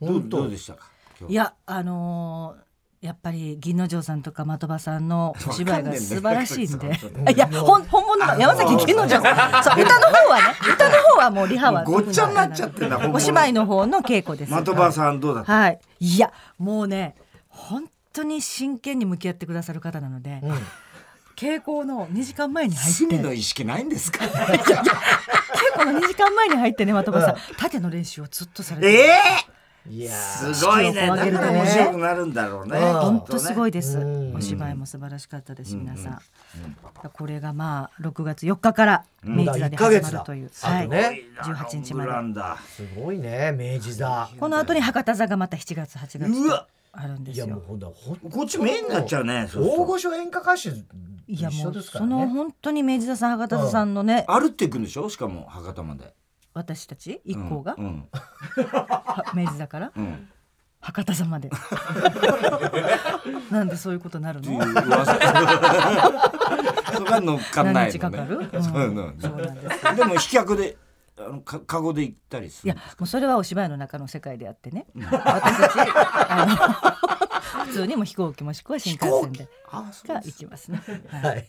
Speaker 2: どう
Speaker 1: 本当
Speaker 2: どうでしたか今
Speaker 5: い
Speaker 2: 日
Speaker 5: やあのーやっぱり銀之丞さんとか的場さ
Speaker 2: *laughs*
Speaker 5: んのお芝居が素晴らしいんで
Speaker 2: わかんねえん
Speaker 5: いや本本物の山崎銀之丞さんそ
Speaker 2: *laughs*
Speaker 5: う歌の方はね歌の方はもうリハは
Speaker 2: ごっちゃになっちゃってんだ本物
Speaker 5: お芝居の方の稽古です
Speaker 2: 的場さんどうだった
Speaker 5: はいいやもうね本当に真剣に向き合ってくださる方なので、
Speaker 1: うん
Speaker 5: 稽古の2時間前に入って
Speaker 2: 罪の意識ないんですか
Speaker 5: 稽古の2時間前に入ってね的場さん縦の練習をずっとされて
Speaker 2: ええ
Speaker 1: いやー
Speaker 2: すごいね。だ
Speaker 5: 式を
Speaker 2: か
Speaker 5: 挙げる
Speaker 2: ら
Speaker 5: とね
Speaker 2: 面白くなるんだろうね。
Speaker 1: うん
Speaker 5: 本当すご
Speaker 2: い。
Speaker 5: いです。
Speaker 1: うん
Speaker 5: お芝居も素晴らしかったです、皆さん。
Speaker 2: うん
Speaker 5: これがまあ6月4日から明治座で
Speaker 1: うん
Speaker 5: 始まるという、
Speaker 1: だ一ヶ月だ
Speaker 5: はい
Speaker 1: ね
Speaker 5: 18日
Speaker 2: ロン
Speaker 5: まで
Speaker 2: グランだ
Speaker 1: すごいね明治座
Speaker 5: この後に博多座がまた7月8月
Speaker 2: う
Speaker 5: と
Speaker 2: わ
Speaker 5: あるんで
Speaker 1: い
Speaker 5: す
Speaker 1: やもう
Speaker 5: よ。
Speaker 1: ほんとほんと
Speaker 2: こっちメインになっちゃうね。そうそう
Speaker 1: 大御所演歌歌手と
Speaker 5: いや
Speaker 1: 一
Speaker 5: も
Speaker 1: 緒
Speaker 5: う
Speaker 1: ですか
Speaker 5: そ
Speaker 1: ら
Speaker 5: の
Speaker 1: ね
Speaker 5: 本当に明治座さん博多座さんのね、
Speaker 2: 歩っていくんでしょ。しかも博多まで。
Speaker 5: 私たち一行が、
Speaker 2: うん。
Speaker 5: は明治座から
Speaker 2: うん。
Speaker 5: 博多座までなんでそういうことになる
Speaker 2: っていう
Speaker 5: の
Speaker 2: 噂。それが乗っかんないのね。
Speaker 5: *laughs* 何日かかる、うん
Speaker 2: そう
Speaker 5: そう
Speaker 2: なんです
Speaker 5: なんです
Speaker 2: でも飛脚で。あのかカゴで行ったりす
Speaker 5: い
Speaker 2: る
Speaker 5: やもうそれはお芝居の中の世界であってね私たちあの普通にも飛行機もしくは新幹線で
Speaker 2: あそう
Speaker 5: が
Speaker 2: で
Speaker 5: 行
Speaker 2: す
Speaker 5: きますね。はい
Speaker 1: はい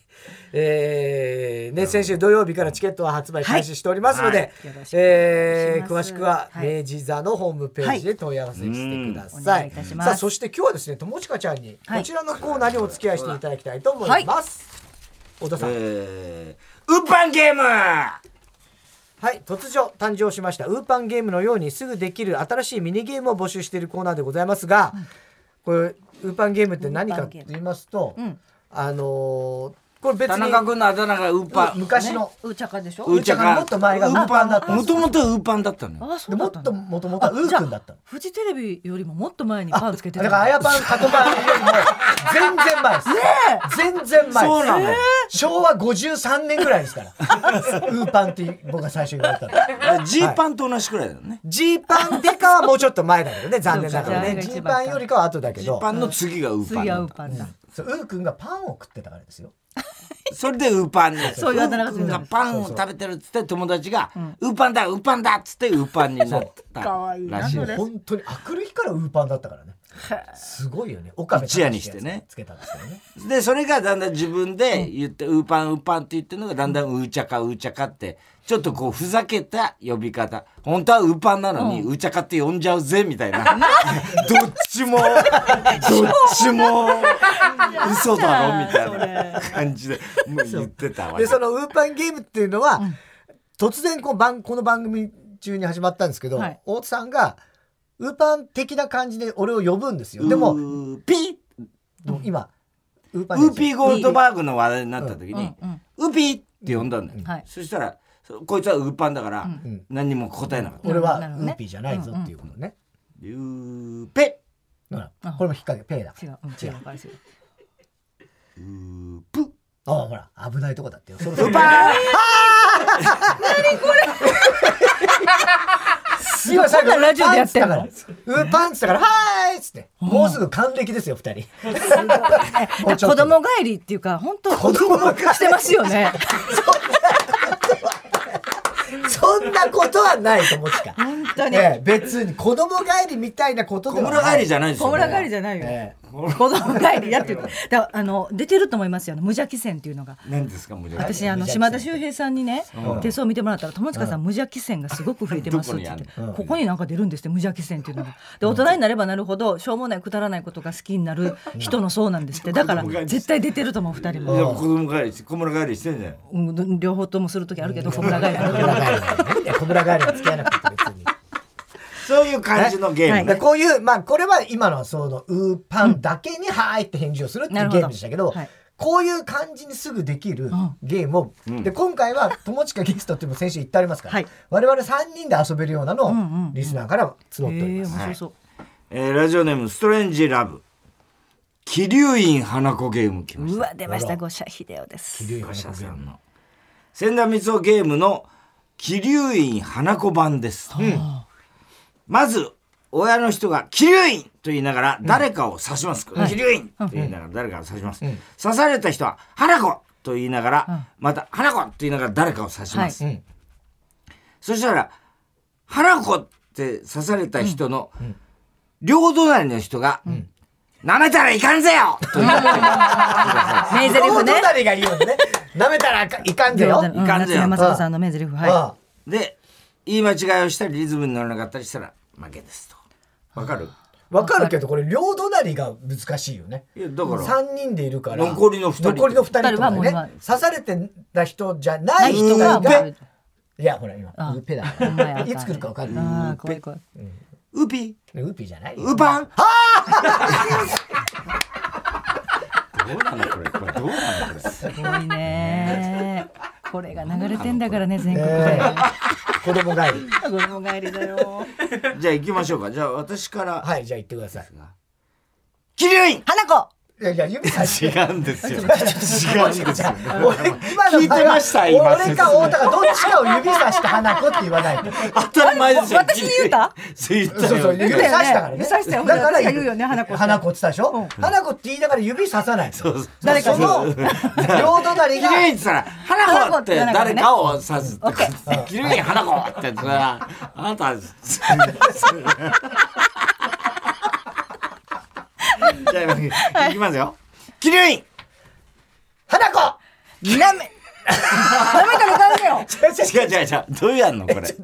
Speaker 1: えーね、先週土曜日からチケットは発売開始しておりますので、
Speaker 5: よろしくお願いします
Speaker 1: えー詳しくは
Speaker 5: はい
Speaker 1: 明治座のホームページで問い合わせしてくだ
Speaker 5: うんお
Speaker 1: さ
Speaker 5: 願
Speaker 1: い,、
Speaker 5: いいたします
Speaker 1: さあそして今日はですね友近ちゃんに
Speaker 5: はい
Speaker 1: こちらのコーナーにお付き合いしていただきたいと思います、太田さん、
Speaker 2: えー、ウーパンゲーム
Speaker 1: はい突如誕生しましたウーパンゲームのようにすぐできる新しいミニゲームを募集しているコーナーでございますが、これウーパンゲームって何かと言いますと、
Speaker 5: ん
Speaker 1: あのーこれ別
Speaker 2: 田
Speaker 1: に
Speaker 2: 中君のあだ名がウーパン
Speaker 1: 昔の、
Speaker 5: うーちゃかでしょ
Speaker 1: ーちゃかもっと前がウーパンだったんで
Speaker 2: も
Speaker 1: すよ
Speaker 2: ともとウーパンだったのよ
Speaker 5: ああそ
Speaker 1: で
Speaker 5: うだ
Speaker 1: も
Speaker 5: っ
Speaker 1: った
Speaker 5: ん
Speaker 1: と
Speaker 5: だ
Speaker 1: もともとはウーくんだったの
Speaker 5: フジテレビよりももっと前にパンつけて
Speaker 1: だからあやパンタコパンよりも全然前です。全然前
Speaker 2: そうなの
Speaker 1: です。昭和53年ぐらいです
Speaker 5: *laughs*
Speaker 1: から。ウーパンって僕が最初に言われたの。
Speaker 2: ジーパンと同じくらいだよね。
Speaker 1: ジーパンデカはもうちょっと前だけどね、残念ながら
Speaker 5: そう
Speaker 1: ね。
Speaker 5: か
Speaker 1: ジーパンよりかは後だけ
Speaker 2: ジー
Speaker 1: ど。
Speaker 2: パンの次がウーパン
Speaker 5: 次は
Speaker 2: な
Speaker 5: ウ
Speaker 2: ん
Speaker 5: ー
Speaker 2: だ。
Speaker 5: パンだ
Speaker 1: そうウーくんがパンを食ってたからですよ。
Speaker 2: それでウーパンに。
Speaker 5: そういうあだ名がついてる
Speaker 2: ウーパンがパンを食べてるっつって友達が、ウーパンだ、ウーパンだっつってウーパンになった。
Speaker 5: かわいいな
Speaker 2: らしい
Speaker 5: そ
Speaker 2: で
Speaker 5: れ
Speaker 2: す。
Speaker 1: 本当に、あくる日からウーパンだったからね。すごいよね。岡部
Speaker 2: 一夜にしてね
Speaker 1: つけたんです
Speaker 2: *laughs*
Speaker 1: よね。
Speaker 2: で、それがだんだん自分で言って、ウーパン、ウーパンって言ってるのが、だんだんウーチャカ、ウーチャカって、ちょっとこう、ふざけた呼び方。本当はウーパンなのに、ウーチャカって呼んじゃうぜ、みたいな。どっちも、どっちも、嘘だろ、みたいな感じで、もう言ってたわけ
Speaker 1: で。そのウーパンゲームっていうのは、突然この番この番組中に始まったんですけど、
Speaker 5: はい
Speaker 1: 大津さんがウーパン的な感じで俺を呼ぶんですよで
Speaker 2: う
Speaker 1: も
Speaker 2: ーピー
Speaker 1: でも今ウーパン
Speaker 2: ウーピ
Speaker 1: ー
Speaker 2: ーゴールドバーグの話題になった時に
Speaker 5: うんう
Speaker 2: 「
Speaker 5: ん
Speaker 2: ウーピー!」って呼んだんだよ、
Speaker 5: はい
Speaker 2: そしたらそこいつはウーパンだから、
Speaker 1: ん
Speaker 2: 何にも答えなかった
Speaker 1: 俺はウ
Speaker 5: なるほどね
Speaker 1: ーピーじゃないぞっていうことね、
Speaker 2: 「ウーペ
Speaker 1: ほらこれも引っ掛けペイだ
Speaker 5: 違ううん違うあれ違う
Speaker 2: ウープ
Speaker 1: あほら危ないとこだっ
Speaker 5: *laughs*
Speaker 1: てよそろそ *laughs*
Speaker 2: ウ
Speaker 1: ろ
Speaker 2: ーパー!」
Speaker 1: 今最後
Speaker 5: こんなラジオでやってんの
Speaker 1: パンツだからうんパンツだからはーいっつってもうすぐ還暦ですよ
Speaker 5: *laughs*
Speaker 1: 二人もうちょっと
Speaker 5: 子供帰りっていうか、本当子供してますよね。
Speaker 1: そんなことはないと思しか
Speaker 5: 本当に。
Speaker 1: ええ別に子供帰りみたいなことで
Speaker 2: 小
Speaker 1: は
Speaker 2: 村帰りじゃ
Speaker 1: な
Speaker 2: ない
Speaker 1: い
Speaker 2: です
Speaker 5: 小
Speaker 2: よ、ね。
Speaker 5: 村帰りじゃないよ。
Speaker 1: え
Speaker 5: 子供帰りだっていうか。だからあの、出てると思いますよ。あの無邪気線っていうのが。
Speaker 2: 何ですか、無邪気
Speaker 5: 私あの
Speaker 1: 無邪気線
Speaker 5: 島田秀平さんにね
Speaker 2: うん
Speaker 5: 手相見てもらったら友近さん無邪気線がすごく増えてますって言って
Speaker 2: ど
Speaker 1: こにあんのうん
Speaker 5: ここになんか出るんですって無邪気線っていうのがで大人になればなるほどしょうもないくだらないことが好きになる人のそうなんですってだから絶対出てると思う二人
Speaker 2: いや
Speaker 5: も
Speaker 2: 子供帰りし、小村帰りしてんじゃない。
Speaker 5: うん両方ともする時あるけど小村帰り
Speaker 1: 小村帰りなんで小村帰りは付き合わなくて別に
Speaker 2: そういう感じのゲーム、ね
Speaker 1: だからこういう、まあ、これは今のその、ウーパンだけに、はーいって返事をするってい
Speaker 5: な
Speaker 1: う
Speaker 5: るほ
Speaker 1: ゲー
Speaker 5: ど
Speaker 1: ムでしたけど、
Speaker 5: はい
Speaker 1: こういう感じにすぐできる
Speaker 5: ん
Speaker 1: ゲームを、
Speaker 2: ん
Speaker 1: で、今回は、友近ゲストっていうのも先週言ってありますから、
Speaker 5: はい
Speaker 1: 我々3人で遊べるようなのを
Speaker 5: んうんうん
Speaker 1: リスナーから募っており
Speaker 5: ええ面
Speaker 1: ます。
Speaker 5: 白そう
Speaker 2: えーラジオネームストレンジラブ桐生院花子ゲーム来まし
Speaker 5: う
Speaker 2: た
Speaker 5: わ出ました五社秀夫です
Speaker 1: 桐生
Speaker 2: 五社
Speaker 1: 花子
Speaker 2: さんの千田光雄ゲームの桐生院花子版です、まず親の人が「桐生院!」と言いながら誰かを刺します「桐生院!」と言いながら誰かを刺します、刺された人は「花子!」と言いながら、また「花子!」と言いながら誰かを刺します、
Speaker 1: うんうん
Speaker 2: そしたら、花子って刺された人の、両隣の人が、舐めたらいかんぜよと言ってくださ
Speaker 5: 名台詞
Speaker 1: 大
Speaker 5: ね
Speaker 1: 隣が言うのね。舐めたらいかんぜよ。
Speaker 5: うん夏山雅子さんの名台詞はい
Speaker 1: あ
Speaker 2: い。で、言い間違いをしたり、リズムに乗らなかったりしたら、負けですと。わかる
Speaker 1: あわかるけど、これ、両隣が難しいよね。
Speaker 2: いや、だから、
Speaker 1: 3人でいるから
Speaker 2: 残りの二人
Speaker 1: 残りの二人とか
Speaker 5: 二
Speaker 1: ね
Speaker 5: 人はもう今
Speaker 1: 刺されてた人じゃない人
Speaker 5: 人
Speaker 1: が
Speaker 5: が
Speaker 1: い
Speaker 5: も
Speaker 1: て
Speaker 5: う
Speaker 1: いやほら今
Speaker 5: あ
Speaker 1: ウーペだ
Speaker 5: ほんまや
Speaker 1: いつ来るか分かんな
Speaker 5: ああ怖い怖い
Speaker 2: ウピ
Speaker 1: いウーピーじゃない
Speaker 2: ウパン *laughs* どうなのこれこれどうなのこれ
Speaker 5: すごいね *laughs* これが流れてんだからね全国
Speaker 1: ね
Speaker 5: で
Speaker 1: え子供がいる
Speaker 5: 子供帰りだよ
Speaker 2: じゃあ行きましょうか。じゃあ私から。
Speaker 1: はいじゃあ言ってください
Speaker 2: キリュウイン
Speaker 5: 花子
Speaker 1: いやいや指
Speaker 2: *laughs*
Speaker 1: さして
Speaker 2: 違うんですよ。違うんですよ。
Speaker 1: 俺今の
Speaker 2: 聞いてました今
Speaker 1: 俺か太田がどっちかを指さして花子って言わないと
Speaker 2: *laughs* 当たり前ですよ。
Speaker 5: 私に言
Speaker 2: *laughs*
Speaker 5: うた
Speaker 2: 言った
Speaker 1: そうそう
Speaker 2: よ。
Speaker 1: 指さしたからね
Speaker 5: 指さしたよ
Speaker 1: だから
Speaker 5: 言うよね花子って
Speaker 1: 花子って言ったでしょ花子って言いながら指ささない
Speaker 2: そうそう
Speaker 1: 誰かの両
Speaker 2: キ
Speaker 1: 隣
Speaker 2: リュウインって
Speaker 1: が
Speaker 2: 言ったら、花子って誰かを指すって
Speaker 5: 花子って
Speaker 2: こと。キリュウイン花子って言ったら、あなた、すじゃあ、いきますよ。キリュウイン
Speaker 1: 花子 *laughs*
Speaker 5: なめなめたらダメよ
Speaker 2: 違う違う違う。どうやんのこれ。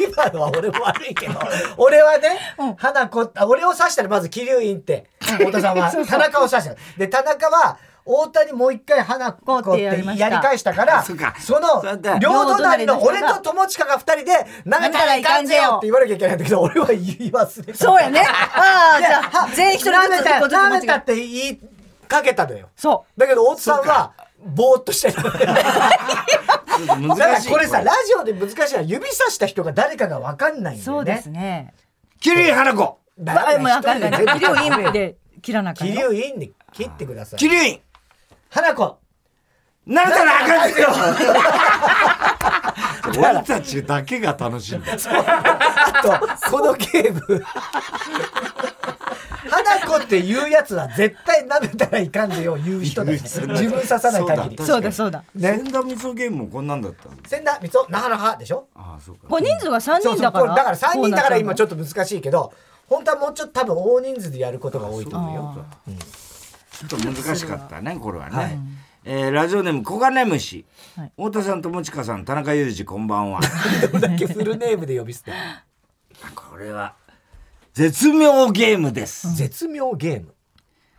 Speaker 1: 今のは俺も悪いけど俺はね、花子あ俺を刺したらまず桐生院って太田さんは田中を刺したで田中は太田にもう一回花子ってやり返したから
Speaker 2: そうか
Speaker 1: の
Speaker 2: そうだ
Speaker 1: 両隣の俺と友近が二人で「なめたらいかんぜよ」って言わなきゃいけないんだけど俺は言い忘れた
Speaker 5: そうやねああじゃあ
Speaker 1: は
Speaker 5: 全員一人
Speaker 1: な
Speaker 5: ず
Speaker 1: め
Speaker 5: つ
Speaker 1: た
Speaker 5: 一個ずつ
Speaker 1: な
Speaker 5: 持
Speaker 1: め
Speaker 5: ち
Speaker 1: た
Speaker 5: が
Speaker 1: って言いかけたのよ
Speaker 5: そ
Speaker 1: だけど大津さんはぼーっとしてる
Speaker 2: 難しい。
Speaker 1: これさラジオで難しいのは指さした人が誰かが分かんないんだよね
Speaker 5: うそうですね
Speaker 2: キリュウイン花子
Speaker 1: だか
Speaker 5: ば
Speaker 1: ら
Speaker 5: もうあか
Speaker 1: 一
Speaker 5: ん
Speaker 1: 人
Speaker 5: か
Speaker 1: で全
Speaker 5: ら切り
Speaker 1: 部
Speaker 5: をインで切らなあかん
Speaker 1: 桐
Speaker 5: よ
Speaker 1: 生院に切ってください
Speaker 2: キリュウイン
Speaker 1: 花子
Speaker 2: なめたらあかんぜよ俺たちだけが楽しいんだ。
Speaker 1: あとこのゲーム花子って言うやつは絶対舐めたらいかんぜよ言う人だね
Speaker 2: 言
Speaker 1: *laughs* 自
Speaker 2: う人だ
Speaker 1: 分刺さない限り
Speaker 2: そ
Speaker 5: そうだそうだ
Speaker 2: 千田味噌ゲームもこんなんだったんです。
Speaker 1: 千田光雄なかなかでしょ
Speaker 2: ああ、そうか。
Speaker 5: こう人数が三
Speaker 1: そ
Speaker 5: 人
Speaker 1: うそ
Speaker 5: だ
Speaker 1: う
Speaker 5: か
Speaker 1: これ
Speaker 5: ら
Speaker 1: だから3人だから今ち
Speaker 5: ょっ
Speaker 1: ょっと難しいけど本当はもうちょっと多分大人数でやることが多いと思うよ
Speaker 2: ちょっと難しかったね、これはね。えーラジオネーム、小金虫。
Speaker 5: はい
Speaker 2: 太田さん、友近さん、田中裕二、こんばんは。 *laughs*
Speaker 1: どんだけフルネームで呼び捨て
Speaker 2: これは、絶妙ゲームです。
Speaker 1: 絶妙ゲーム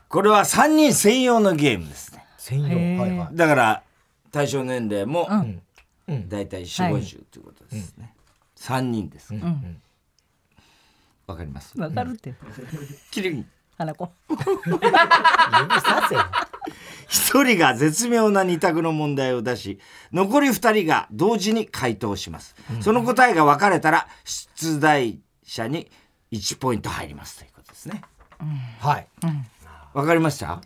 Speaker 2: これは3人専用のゲームですね。
Speaker 1: 専
Speaker 5: へー
Speaker 1: 用はいはい
Speaker 2: だから、対象年齢も、
Speaker 1: うん
Speaker 2: だいたい4、
Speaker 5: はい
Speaker 2: 50ということですね。3人です。わ、かります。
Speaker 5: わかるって
Speaker 2: キリン
Speaker 5: 花子
Speaker 1: 指させよ
Speaker 2: 一人が絶妙な二択の問題を出し、残り二人が同時に回答します。その答えが分かれたら、出題者に1ポイント入りますということですね。
Speaker 1: はい
Speaker 2: 分かりました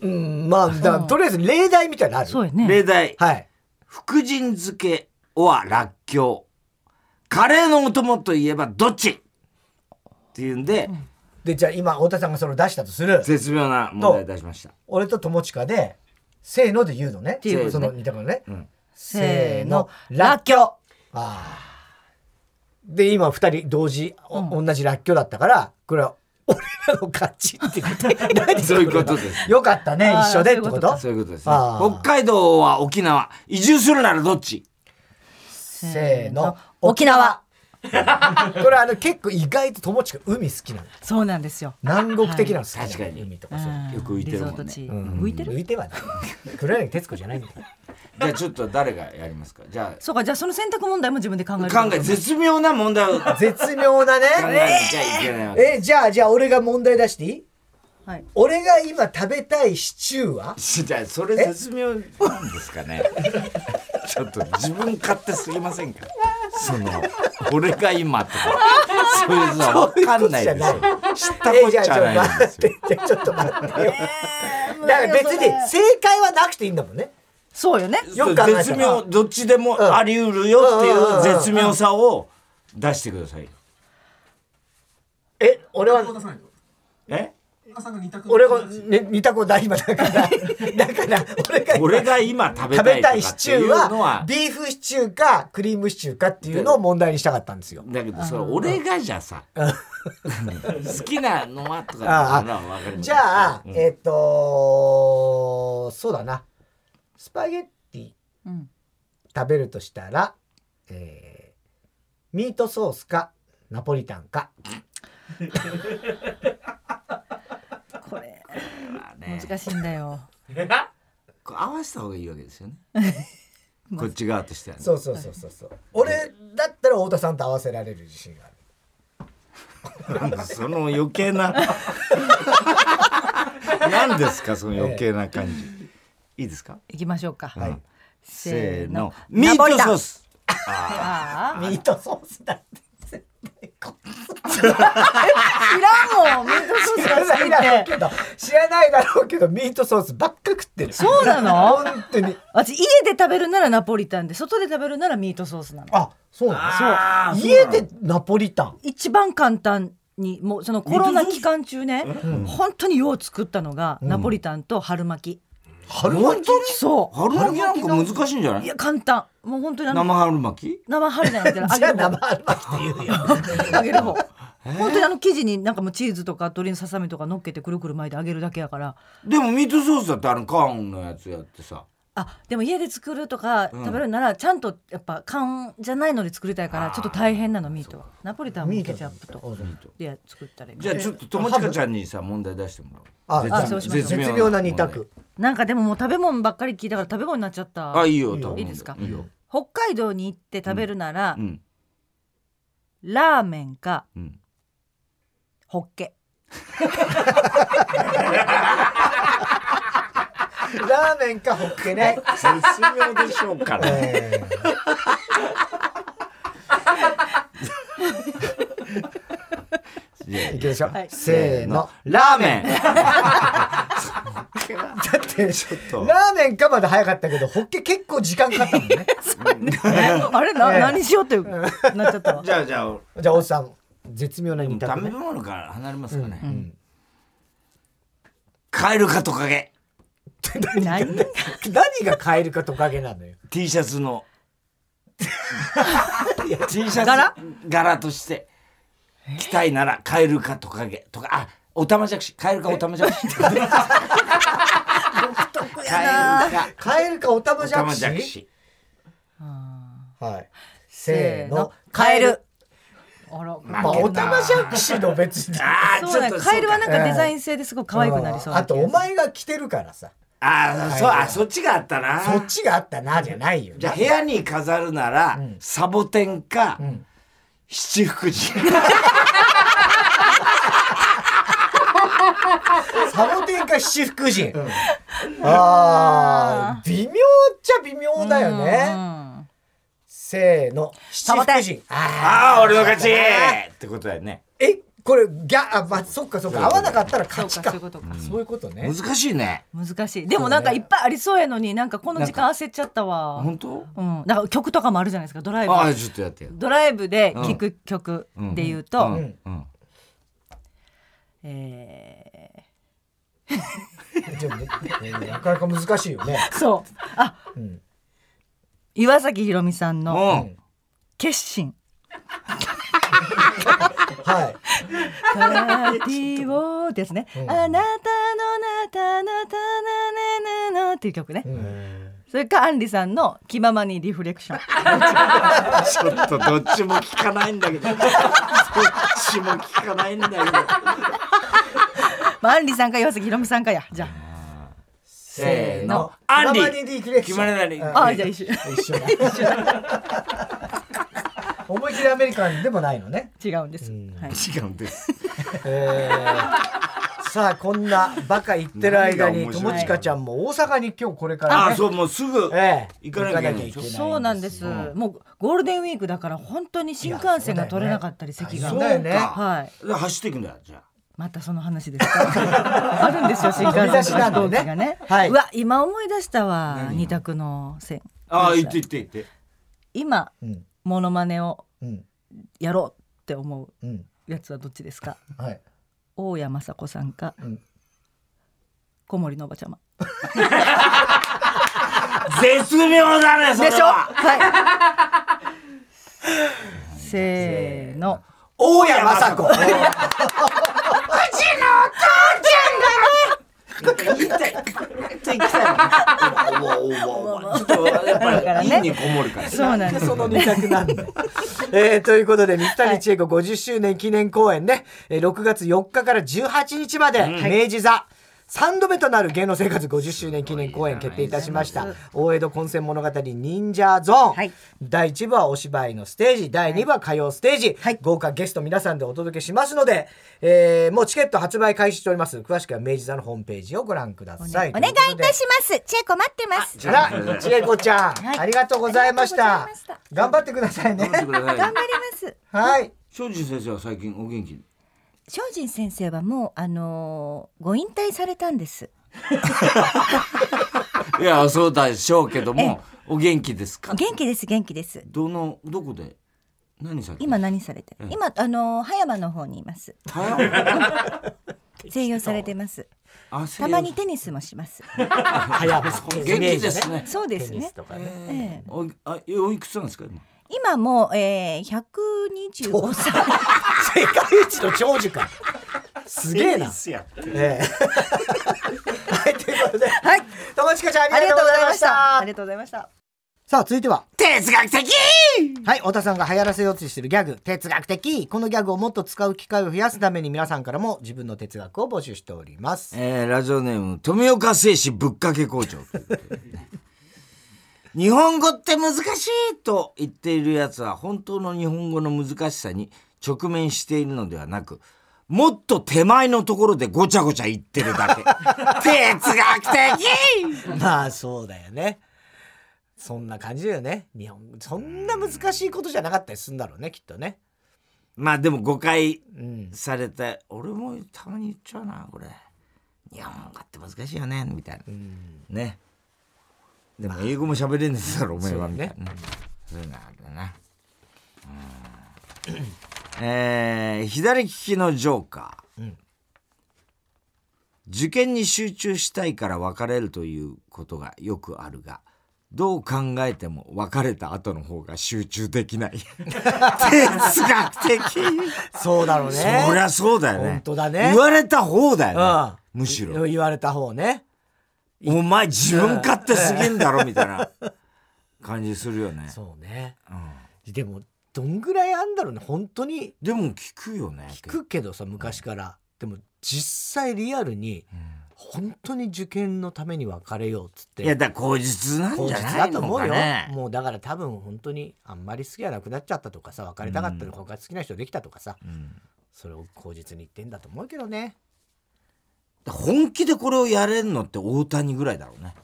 Speaker 1: うんまあだからとりあえず例題みたいなのある
Speaker 5: そうやね
Speaker 2: 例題、
Speaker 1: はい
Speaker 2: 福神漬け、おはらっきょう。カレーのお供といえばどっちっていうんで、
Speaker 1: でじゃあ今太田さんがそれを出したとする
Speaker 2: 絶妙な問題出しました。
Speaker 1: 俺と友近でせーので言うのね
Speaker 5: ていうことね
Speaker 1: その似たからね、
Speaker 2: ん
Speaker 1: せーのらっきょうあーで今二人同時、お同じらっきょうだったからこれは俺らの勝ちって *laughs* 言って何
Speaker 2: そういうことです
Speaker 1: よかったね
Speaker 5: あー
Speaker 1: 一緒でってこ
Speaker 5: そういうこと
Speaker 1: と
Speaker 2: そういうことですね
Speaker 1: あ。ー
Speaker 2: 北海道は沖縄、移住するならどっち
Speaker 1: せーの
Speaker 5: 沖縄
Speaker 1: *laughs* これあの結構意外と友近海好きなの
Speaker 5: そうなんですよ
Speaker 1: 南国的なの好きなの、
Speaker 2: はい確かに
Speaker 1: 海とかそういうの
Speaker 2: よく浮いてるもんね
Speaker 5: リゾート地
Speaker 1: うん
Speaker 5: 浮いてる
Speaker 1: 浮いてはない黒柳徹子じゃないんだよ
Speaker 2: じゃあちょっと誰がやりますかじゃ
Speaker 5: そうかじゃあその選択問題も自分で考え
Speaker 2: あ
Speaker 5: る
Speaker 2: 考え、絶妙な問題を考
Speaker 1: 絶妙だ
Speaker 2: えな
Speaker 1: ね
Speaker 2: きゃいけないわけ。
Speaker 1: えじゃあじゃあ俺が問題出していい
Speaker 5: はい
Speaker 1: 俺が今食べたいシチューは
Speaker 2: じゃあそれ絶妙なんですかね。ちょっと自分勝手すぎませんかその、俺が今とか、そういうのは分かんないですよ。知ったこっちゃないんですよ。
Speaker 1: えじゃあちょっと *laughs* 待ってじゃあちょっと待ってよだから別に正解はなくていいんだもんね
Speaker 5: そうよね
Speaker 1: よく考えたら
Speaker 2: 絶妙どっちでもあり得るよっていう絶妙さを出してくださいよ
Speaker 1: え俺は
Speaker 2: え
Speaker 1: 俺が、ね、似たことない今だから *laughs* だから俺が
Speaker 2: 俺が今食べ
Speaker 1: 食
Speaker 2: た
Speaker 1: べ
Speaker 2: い
Speaker 1: た
Speaker 2: と
Speaker 1: い
Speaker 2: かっ
Speaker 1: シ
Speaker 2: て
Speaker 1: チ
Speaker 2: い
Speaker 1: ュー
Speaker 2: うの
Speaker 1: は
Speaker 2: は
Speaker 1: ビーフシチューかクリームシチューかっていうのを問題にしたかったんですよ
Speaker 2: だけどそれ俺がじゃ
Speaker 5: *laughs*
Speaker 2: さ好きなのはとか
Speaker 1: ああ
Speaker 2: なのは分かります
Speaker 1: じゃあ、
Speaker 2: うん
Speaker 1: えっ、とそうだなスパゲッティ
Speaker 5: うん
Speaker 1: 食べるとしたら、えーミートソースかナポリタンか
Speaker 5: これ
Speaker 2: まあね
Speaker 5: 難しいんだよ
Speaker 2: こう合わせた方がいいわけですよね
Speaker 5: *laughs*
Speaker 2: こっち側としてはね
Speaker 1: そうそうそうそうそう俺だったら太田さんと合わせられる自信がある
Speaker 2: なんかその余計
Speaker 1: *laughs*
Speaker 2: な何ですかその余計な感じいいですか
Speaker 5: 行きましょうか、
Speaker 2: い
Speaker 5: せ
Speaker 2: せ
Speaker 5: ー
Speaker 2: ー
Speaker 5: の
Speaker 2: のミートソー
Speaker 5: ス
Speaker 2: ス
Speaker 5: あ
Speaker 1: ミートソースだって
Speaker 5: あいらんもんミートソース
Speaker 1: 知ら
Speaker 5: が
Speaker 1: ない
Speaker 5: 好
Speaker 1: だろう
Speaker 5: きっ
Speaker 2: *laughs*
Speaker 5: て
Speaker 1: けど知らないだろうけどミートソースばっか食ってる
Speaker 5: そうなの
Speaker 1: 本当に
Speaker 5: 私家で食べるならナポリタンで外で食べるならミートソースなの
Speaker 1: あそうな
Speaker 2: あ
Speaker 1: の
Speaker 2: ー
Speaker 1: そう
Speaker 2: そう
Speaker 1: 家
Speaker 2: なの
Speaker 1: でナポリタン
Speaker 5: 一番簡単にもうそのコロナ期間中ね本当によう作ったのがナポリタンと春巻き、
Speaker 1: 春巻き
Speaker 5: そ
Speaker 2: 春巻きなんか難しいんじゃな
Speaker 5: う
Speaker 2: い
Speaker 5: いや簡単もう本当にあの
Speaker 2: 生春巻き
Speaker 5: 生春じゃなくて
Speaker 1: *laughs* じゃあ
Speaker 5: 揚げる
Speaker 1: 生春巻きって言うよ
Speaker 5: 方揚げる方本当にあの生地になんかもうチーズとか鶏のささみとか乗っけてくるくる巻いて揚げるだけやから
Speaker 2: でもミートソースだってあのカーンのやつやってさ
Speaker 5: あでも家で作るとか食べるならちゃんとやっぱ缶じゃないので作りたいからちょっと大変なのミートはナポリタンもケチャップとで作ったらいい
Speaker 2: じゃあちょっと友近ちゃんにさ問題出してもら
Speaker 1: あ
Speaker 2: おう
Speaker 5: あそうしましょう
Speaker 1: 絶妙な二択
Speaker 5: なんかでももう食べ物ばっかり聞いたから食べ物になっちゃった
Speaker 2: あいいよ多分
Speaker 5: いいですか
Speaker 2: いいよ
Speaker 5: 北海道に行って食べるなら、
Speaker 2: うん
Speaker 5: ラーメンか
Speaker 2: うん
Speaker 5: ホッケ
Speaker 1: ラーメンかホッケね
Speaker 2: 絶妙でしょうから
Speaker 1: えー *laughs*
Speaker 2: じゃあ
Speaker 1: いきましょう
Speaker 5: はい
Speaker 1: せーの
Speaker 2: ラーメン
Speaker 1: だって
Speaker 2: ちょっと
Speaker 1: ラーメンかまだ早かったけどホッケ結構時間かかったもん *laughs* ね
Speaker 5: ーあれな、
Speaker 1: ええ
Speaker 5: 何しようってなっちゃったわ
Speaker 2: *laughs* じゃあじゃあ
Speaker 1: じゃあおっさん絶妙な
Speaker 2: でも
Speaker 1: 二
Speaker 2: 食
Speaker 1: 択
Speaker 2: べ
Speaker 1: ね
Speaker 2: 物から離れますかねカエルかトカゲ
Speaker 5: 何
Speaker 1: *laughs* 何がカエルかトカゲなのよ
Speaker 2: T シャツ
Speaker 5: *laughs*
Speaker 2: の T シャツ
Speaker 5: 柄
Speaker 2: 柄として着たいならカエルかトカゲとかあオタマジャクシカエルかオタマジャク
Speaker 5: *laughs*
Speaker 2: シカエルか
Speaker 1: カエルかオタマ
Speaker 2: オ
Speaker 1: ジ
Speaker 2: タ
Speaker 1: ャク
Speaker 2: マ
Speaker 1: シ
Speaker 2: ジャクシ
Speaker 1: はいせーの
Speaker 5: カエルあら、
Speaker 1: まあオタマジャクシの別に
Speaker 2: あー
Speaker 5: そうね
Speaker 2: ちょっと
Speaker 5: カエルはなん
Speaker 1: え
Speaker 5: か
Speaker 1: え
Speaker 5: デザイン性ですごく可愛くなりそう
Speaker 1: あ
Speaker 5: な気
Speaker 1: と
Speaker 5: がする
Speaker 1: お前が着てるからさ
Speaker 2: あーそうあそっちがあったな
Speaker 1: そっちがあったなじゃないよ
Speaker 2: じゃあ部屋に飾るなら、サボテンか、七福 *laughs* 神
Speaker 1: サボテンか七福神あー微妙っちゃ微妙だよ
Speaker 5: う
Speaker 1: ね
Speaker 5: ん
Speaker 1: せーの七福
Speaker 5: ボテン
Speaker 1: 神あ
Speaker 2: ああ俺の勝ちってことだよね
Speaker 1: ーえこれギャあ、まあ、そっかそっか合わなかったら勝ち
Speaker 5: そう
Speaker 1: か
Speaker 5: かそういうことか
Speaker 1: そういうことね
Speaker 2: 難しいね
Speaker 5: 難しいでもなんかいっぱいありそうやのになんかこの時間焦っちゃったわ
Speaker 2: 本当
Speaker 5: うんだから曲とかもあるじゃないですかドライブ
Speaker 2: ああちょっとやってよ
Speaker 5: ドライブで聴く曲で言うと、
Speaker 2: うん
Speaker 1: ん
Speaker 2: うん
Speaker 5: え
Speaker 1: でもねなかなか難しいよね、
Speaker 5: ーそうあ
Speaker 1: うん、
Speaker 5: 岩崎宏美さんの
Speaker 2: う
Speaker 1: うんん
Speaker 5: 「決心
Speaker 1: はい」
Speaker 5: 「パーティーを」ですね、
Speaker 1: うん
Speaker 5: あなたのなたなたなねねの」っていう曲ね、
Speaker 1: うん
Speaker 5: それかアンリさんの「気ままにリフレクション」
Speaker 2: ちょっとどっちも聞かないんだけ *laughs* どどっちも聞かないんだけど
Speaker 5: まあ、アンリさんか岩崎宏美さんかやじゃ
Speaker 2: せーのア
Speaker 1: ア
Speaker 2: ン
Speaker 1: ン
Speaker 2: リ
Speaker 1: リリフレクション
Speaker 2: 決まらない
Speaker 1: うん
Speaker 5: あああじゃあ一緒
Speaker 1: 一緒だ一緒だ *laughs* 思い切りアメリカンでもないのね、
Speaker 5: 違うんです、
Speaker 1: ん
Speaker 5: はい、
Speaker 2: 違うんです
Speaker 1: えーさあこんなバカ言ってる間に
Speaker 2: 何が面白い
Speaker 1: 友近ちゃんも大阪に今日これから、ね、
Speaker 2: ああそうもうすぐ
Speaker 1: ええ
Speaker 2: 行かなきゃいけない
Speaker 1: 行ですよ
Speaker 5: そうなんです、もうゴールデンウィークだから本当に新幹線が取れなかったり席が、
Speaker 1: そうだよね
Speaker 2: そうか
Speaker 5: はい
Speaker 2: で走っていくんだよじゃ
Speaker 5: またその話で
Speaker 1: *laughs*
Speaker 5: すかあるんですよ新幹
Speaker 1: 飛び出し
Speaker 5: 線
Speaker 1: な
Speaker 5: と
Speaker 1: の
Speaker 5: か飛行
Speaker 1: ね
Speaker 5: 機がね
Speaker 1: はいう
Speaker 5: わ今思い出したわ
Speaker 2: 何
Speaker 5: 二択の線
Speaker 2: あああ行って行って行って
Speaker 5: 今
Speaker 1: うん
Speaker 5: モノマネを
Speaker 1: うん
Speaker 5: やろうって思う
Speaker 1: うん
Speaker 5: やつはどっちですか
Speaker 1: はい
Speaker 5: 大山雅子さんか、
Speaker 1: うん
Speaker 5: 小森のおばちゃま
Speaker 2: 絶妙だねそれ
Speaker 5: で
Speaker 2: は
Speaker 5: しょはいせーの
Speaker 2: 大谷雅子。うちの父ちゃんがね。言いたい。ちょっと行きたいわわわわちょっとやっぱり陰にこもるから。
Speaker 5: そうなん
Speaker 1: で
Speaker 5: です
Speaker 1: その二択なんだよえーということで水谷千恵子50周年記念公演ね、えー6月4日から18日まで、明治座3度目となる芸能生活50周年記念公演決定いたしました大江戸混戦物語忍者ゾーン、
Speaker 5: はい
Speaker 1: 第1部はお芝居のステージ第2部は歌謡ステージ、
Speaker 5: はい
Speaker 1: 豪華ゲスト皆さんでお届けしますので、えーもうチケット発売開始しております詳しくは明治座のホームページをご覧ください
Speaker 5: お
Speaker 3: お願い
Speaker 1: とうこと
Speaker 3: い
Speaker 1: で
Speaker 3: たします。チェコ待ってます。
Speaker 1: あら、ちえこちゃん、
Speaker 5: はい
Speaker 1: ありがとうございました。
Speaker 3: ありがとうございました
Speaker 1: 頑張ってくださいね
Speaker 2: 頑。張ってください。
Speaker 3: 頑張ります。
Speaker 1: はい。
Speaker 2: 庄司先生は最近お元気。
Speaker 3: 精進先生はもうあのーご引退されたんです。
Speaker 2: いやそうでしょうけども、お元気ですか。
Speaker 3: 元気です元気です。
Speaker 2: どのどこで何さっき。
Speaker 3: 今何されてる？今あのー葉山の方にいます。
Speaker 2: たや
Speaker 3: 静養されて
Speaker 1: *laughs*
Speaker 3: ます。
Speaker 2: あせ
Speaker 3: たまにテニスもします。
Speaker 1: 早く
Speaker 2: 元気です。ね。
Speaker 3: そうです
Speaker 1: テニ
Speaker 3: ね
Speaker 1: ス。とか
Speaker 3: え
Speaker 1: ね。
Speaker 3: え
Speaker 2: おいあおいくつなんですか今。
Speaker 3: 今もう、えー、125歳。
Speaker 1: 世界一の長寿か。すげえな。ええはい、ということで、はい、友近ちゃんありがとうございました
Speaker 5: あ。りがとうございました
Speaker 1: さあ、続いては、
Speaker 2: 哲学的。
Speaker 1: はい、太田さんが流行らせようとしてるギャグ、哲学的。このギャグをもっと使う機会を増やすために、皆さんからも自分の哲学を募集しております。
Speaker 2: えーラジオネーム富岡製紙ぶっかけ工場ということでね日本語って難しいと言っているやつは本当の日本語の難しさに直面しているのではなくもっと手前のところでごちゃごちゃ言ってるだけ哲学的 *laughs*
Speaker 1: まあ、そうだよね。そんな感じだよね。日本、そんな難しいことじゃなかったりするんだろうね、きっとね。
Speaker 2: まあでも誤解
Speaker 1: うん。
Speaker 2: されて俺もたまに言っちゃうなこれ日本語って難しいよねみたいなねでも英語も喋れねえだろお前は
Speaker 1: そう
Speaker 2: み
Speaker 1: だ
Speaker 2: たい
Speaker 1: ね
Speaker 2: なねそういうのあるなうんえー左利きのジョーカー、受験に集中したいから別れるということがよくあるがどう考えても別れた後の方が集中で
Speaker 1: *laughs*
Speaker 2: きない哲学的
Speaker 1: そうだろうね。
Speaker 2: そりゃそうだよね
Speaker 1: 本当だね
Speaker 2: 言われた方だよね、
Speaker 1: うん
Speaker 2: むしろ
Speaker 1: い言われた方ね
Speaker 2: お前自分勝手すぎんだろみたい
Speaker 1: *laughs*
Speaker 2: な感じするよね、
Speaker 1: そうね
Speaker 2: うん
Speaker 1: でもどんぐらいあんだろうね本当に
Speaker 2: でも聞くよね
Speaker 1: 聞くけどさ昔から、でも実際リアルに
Speaker 2: うん
Speaker 1: 本当に受験のために別れようっつって
Speaker 2: いやだから口実なん
Speaker 1: 口
Speaker 2: じゃ
Speaker 1: 実
Speaker 2: な
Speaker 1: だ
Speaker 2: い
Speaker 1: と
Speaker 2: の
Speaker 1: 思う
Speaker 2: か
Speaker 1: よ
Speaker 2: ね
Speaker 1: もうだから多分本当にあんまり好きじゃなくなっちゃったとかさ別れたかったとか、他好きな人できたとかさ
Speaker 2: うん
Speaker 1: それを口実に言ってんだと思うけどね
Speaker 2: 本気でこれをやれるのって大谷ぐらいだろうね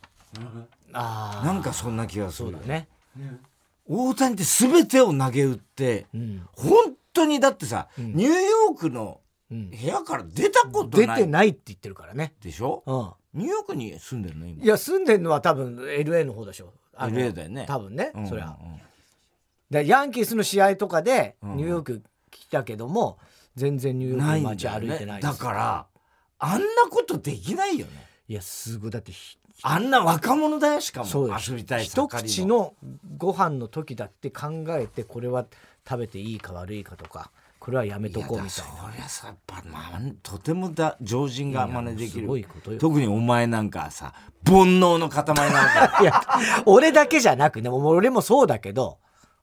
Speaker 1: ああ
Speaker 2: なんかそんな気がす
Speaker 1: そ
Speaker 2: る
Speaker 1: うだね
Speaker 2: 大谷って全てを投げ打って
Speaker 1: うん
Speaker 2: 本当にだってさ、ニューヨークの
Speaker 1: うん
Speaker 2: 部屋から出たこと
Speaker 1: 出
Speaker 2: な
Speaker 1: て
Speaker 2: い
Speaker 1: ないって言ってるからね、
Speaker 2: でしょ
Speaker 1: うん、
Speaker 2: ニューヨークに住んでるの今
Speaker 1: いや住んでんのは多分 LA の方でしょあの
Speaker 2: LA だよね
Speaker 1: 多分ね、
Speaker 2: うん
Speaker 1: そりゃ
Speaker 2: うん
Speaker 1: でヤンキースの試合とかで
Speaker 2: うん
Speaker 1: ニューヨーク来たけども、全然ニューヨー
Speaker 2: な
Speaker 1: ク
Speaker 2: い
Speaker 1: の
Speaker 2: ん
Speaker 1: 街
Speaker 2: だよ
Speaker 1: 歩いて
Speaker 2: ね
Speaker 1: ないです
Speaker 2: だからあんなことできないよね
Speaker 1: いやすごいだってひ
Speaker 2: あんな若者だよしか
Speaker 1: そう
Speaker 2: も
Speaker 1: よ
Speaker 2: 遊びたい
Speaker 1: 一
Speaker 2: 盛り
Speaker 1: 口のご飯の時だって考えてこれは食べていいか悪いかとかこれはやめとこうみたい
Speaker 2: やだそりゃさやっぱ、まあ、とてもだ常人が
Speaker 1: な
Speaker 2: 真似でき
Speaker 1: すごい
Speaker 2: る
Speaker 1: ことよ
Speaker 2: 特にお前なんかはさ煩悩の塊なわけ
Speaker 1: いや俺だけじゃなくねもう俺もそうだけど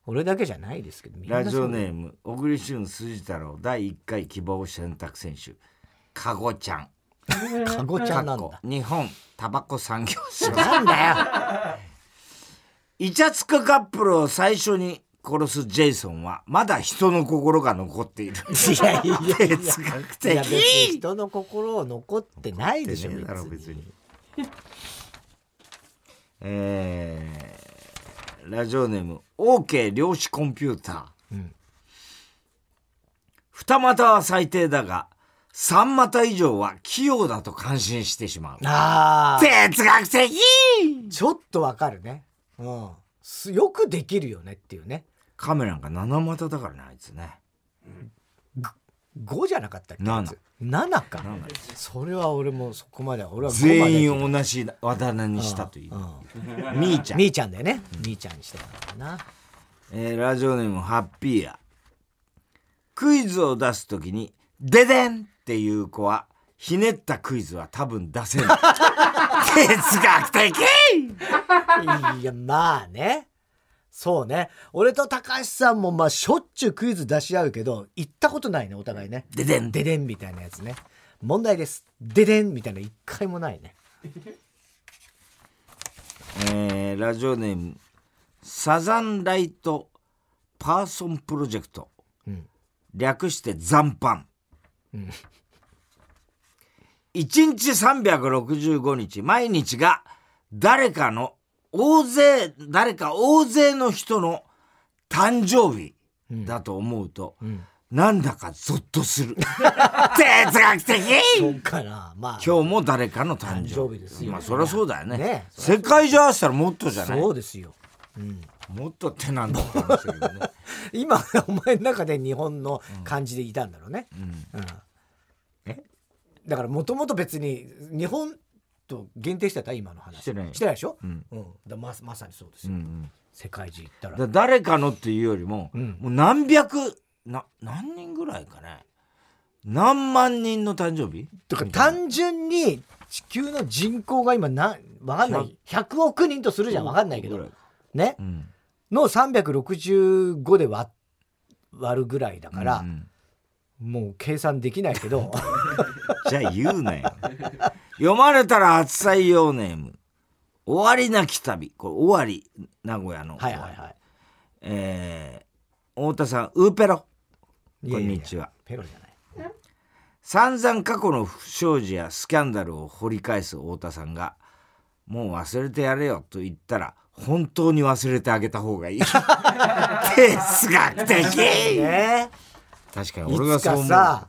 Speaker 1: 俺だけじゃないです *laughs* けどみんな
Speaker 2: ラジ
Speaker 1: そう
Speaker 2: オネーム小栗旬辻太郎第1回希望選択選手かごちゃん
Speaker 1: カゴちゃ
Speaker 2: か
Speaker 1: んな
Speaker 2: っ
Speaker 1: ん
Speaker 2: こ
Speaker 1: だ
Speaker 2: 日本タバコ産業省 *laughs*
Speaker 1: なんだよ
Speaker 2: イチャつくカップルを最初に殺すジェイソンはまだ人の心が残っている
Speaker 1: いやいや
Speaker 2: *laughs*
Speaker 1: いや
Speaker 2: 哲学
Speaker 1: いや別に
Speaker 2: 的
Speaker 1: 人の心を残ってないでしょ
Speaker 2: ねえだろ別
Speaker 1: 別に
Speaker 2: に *laughs* えーラジオネーム OK 量子コンピューター、
Speaker 1: ん
Speaker 2: 二股は最低だが三股以上は器用だと感心してしまう
Speaker 1: ああ
Speaker 2: 哲学的
Speaker 1: ちょっとわかるねうんすよくできるよねっていうね
Speaker 2: カメラが七股だからねあいつね
Speaker 1: 5じゃなかったっけ
Speaker 2: 七
Speaker 1: 7かそれは俺もそこまでは俺は5まで
Speaker 2: 全員同じ技名にしたという
Speaker 1: うんうん
Speaker 2: みーちゃん
Speaker 1: みーちゃんだよねみーちゃんにしてたからな
Speaker 2: えーラジオネームハッピーやクイズを出すときに「ででん!」っていう子はひねったクイズは多分出せない哲学的
Speaker 1: いやまあねそうね俺と高橋さんもまあしょっちゅうクイズ出し合うけど行ったことないねお互いね
Speaker 2: ででん
Speaker 1: ででんみたいなやつね問題ですででんみたいなの一回もないね
Speaker 2: えーラジオネームサザンライトパーソンプロジェクト、
Speaker 1: ん
Speaker 2: 略して残飯、 *laughs* 一日365日毎日が誰かの大勢誰か大勢の人の誕生日だと思うと、なんだかゾッとする *laughs* 哲学的
Speaker 1: そうかなまあ
Speaker 2: 今日も誰かの誕生日
Speaker 1: 誕生日ですよ
Speaker 2: まあそりゃそうだよね
Speaker 1: ね
Speaker 2: 世界中合わせたらもっとじゃない
Speaker 1: そうですよ
Speaker 2: もっと手なんだったんですけどね。
Speaker 1: 今お前の中で日本の感じでいたんだろうね、うんだからもともと別に日本と限定してた今の話
Speaker 2: してない
Speaker 1: してないでしょ、
Speaker 2: ん
Speaker 1: うんだままさにそうです
Speaker 2: うん
Speaker 1: よ、
Speaker 2: うん
Speaker 1: 世界中行ったら
Speaker 2: だから誰かのっていうよりも、
Speaker 1: うん
Speaker 2: もう何百な何人ぐらいかね何万人の誕生日
Speaker 1: とか
Speaker 2: みたいな
Speaker 1: 単純に地球の人口が今なわかんない100億人とするじゃんわかんないけ
Speaker 2: ぐら
Speaker 1: ど
Speaker 2: い
Speaker 1: ね
Speaker 2: うん
Speaker 1: の365で割割るぐらいだから
Speaker 2: う、ん
Speaker 1: もう計算できない
Speaker 2: *laughs*
Speaker 1: けど
Speaker 2: じゃあ言うなよ読まれたら初採用ネーム「終わりなき旅」これ終わり名古屋の
Speaker 1: はいはいはい
Speaker 2: えー太田さんウーペロこんにちはい
Speaker 1: やいやペロじゃない
Speaker 2: 散々過去の不祥事やスキャンダルを掘り返す太田さんが「もう忘れてやれよ」と言ったら本当に忘れてあげた方がいい哲学的
Speaker 1: ね
Speaker 2: 確か
Speaker 1: え
Speaker 2: に俺
Speaker 1: い
Speaker 2: が
Speaker 1: つ
Speaker 2: そう
Speaker 1: か
Speaker 2: 思う
Speaker 1: さ、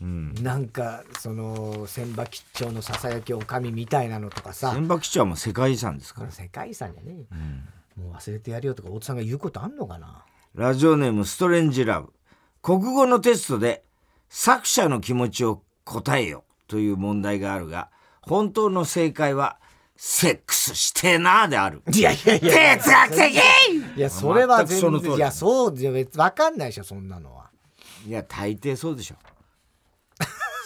Speaker 2: うん、
Speaker 1: なんかその千葉吉兆のささやきおかみみたいなのとかさ
Speaker 2: 千葉基地はもう世界遺産ですか
Speaker 1: こ
Speaker 2: ら
Speaker 1: れ世界遺産じゃねえよ、もう忘れてやるよとか大津さんが言うことあんの
Speaker 2: *laughs*
Speaker 1: かな
Speaker 2: ラジオネームストレンジラブ国語のテストで作者の気持ちを答えよという問題があるが本当の正解はセックスしてえなあである
Speaker 1: いやいやいや
Speaker 2: 哲学的
Speaker 1: いやそれは
Speaker 2: 全くその通り
Speaker 1: 全然いやそうじゃ別に分かんないでしょそんなのはい
Speaker 2: や大抵そうでしょ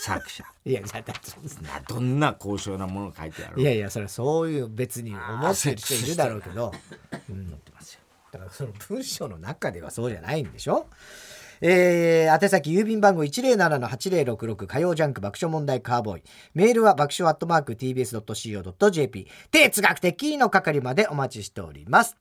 Speaker 2: 作者
Speaker 1: いやだってそうです
Speaker 2: などんな高尚なものを書いてある
Speaker 1: いやいやそれはそういう別に思ってる人いるだろうけどうんだからその文章の中ではそうじゃないんでしょえー、宛先郵便番号107-8066火曜ジャンク爆笑問題カーボーイメールは爆笑アットマーク TBS.CO.JP 哲学的の係までお待ちしております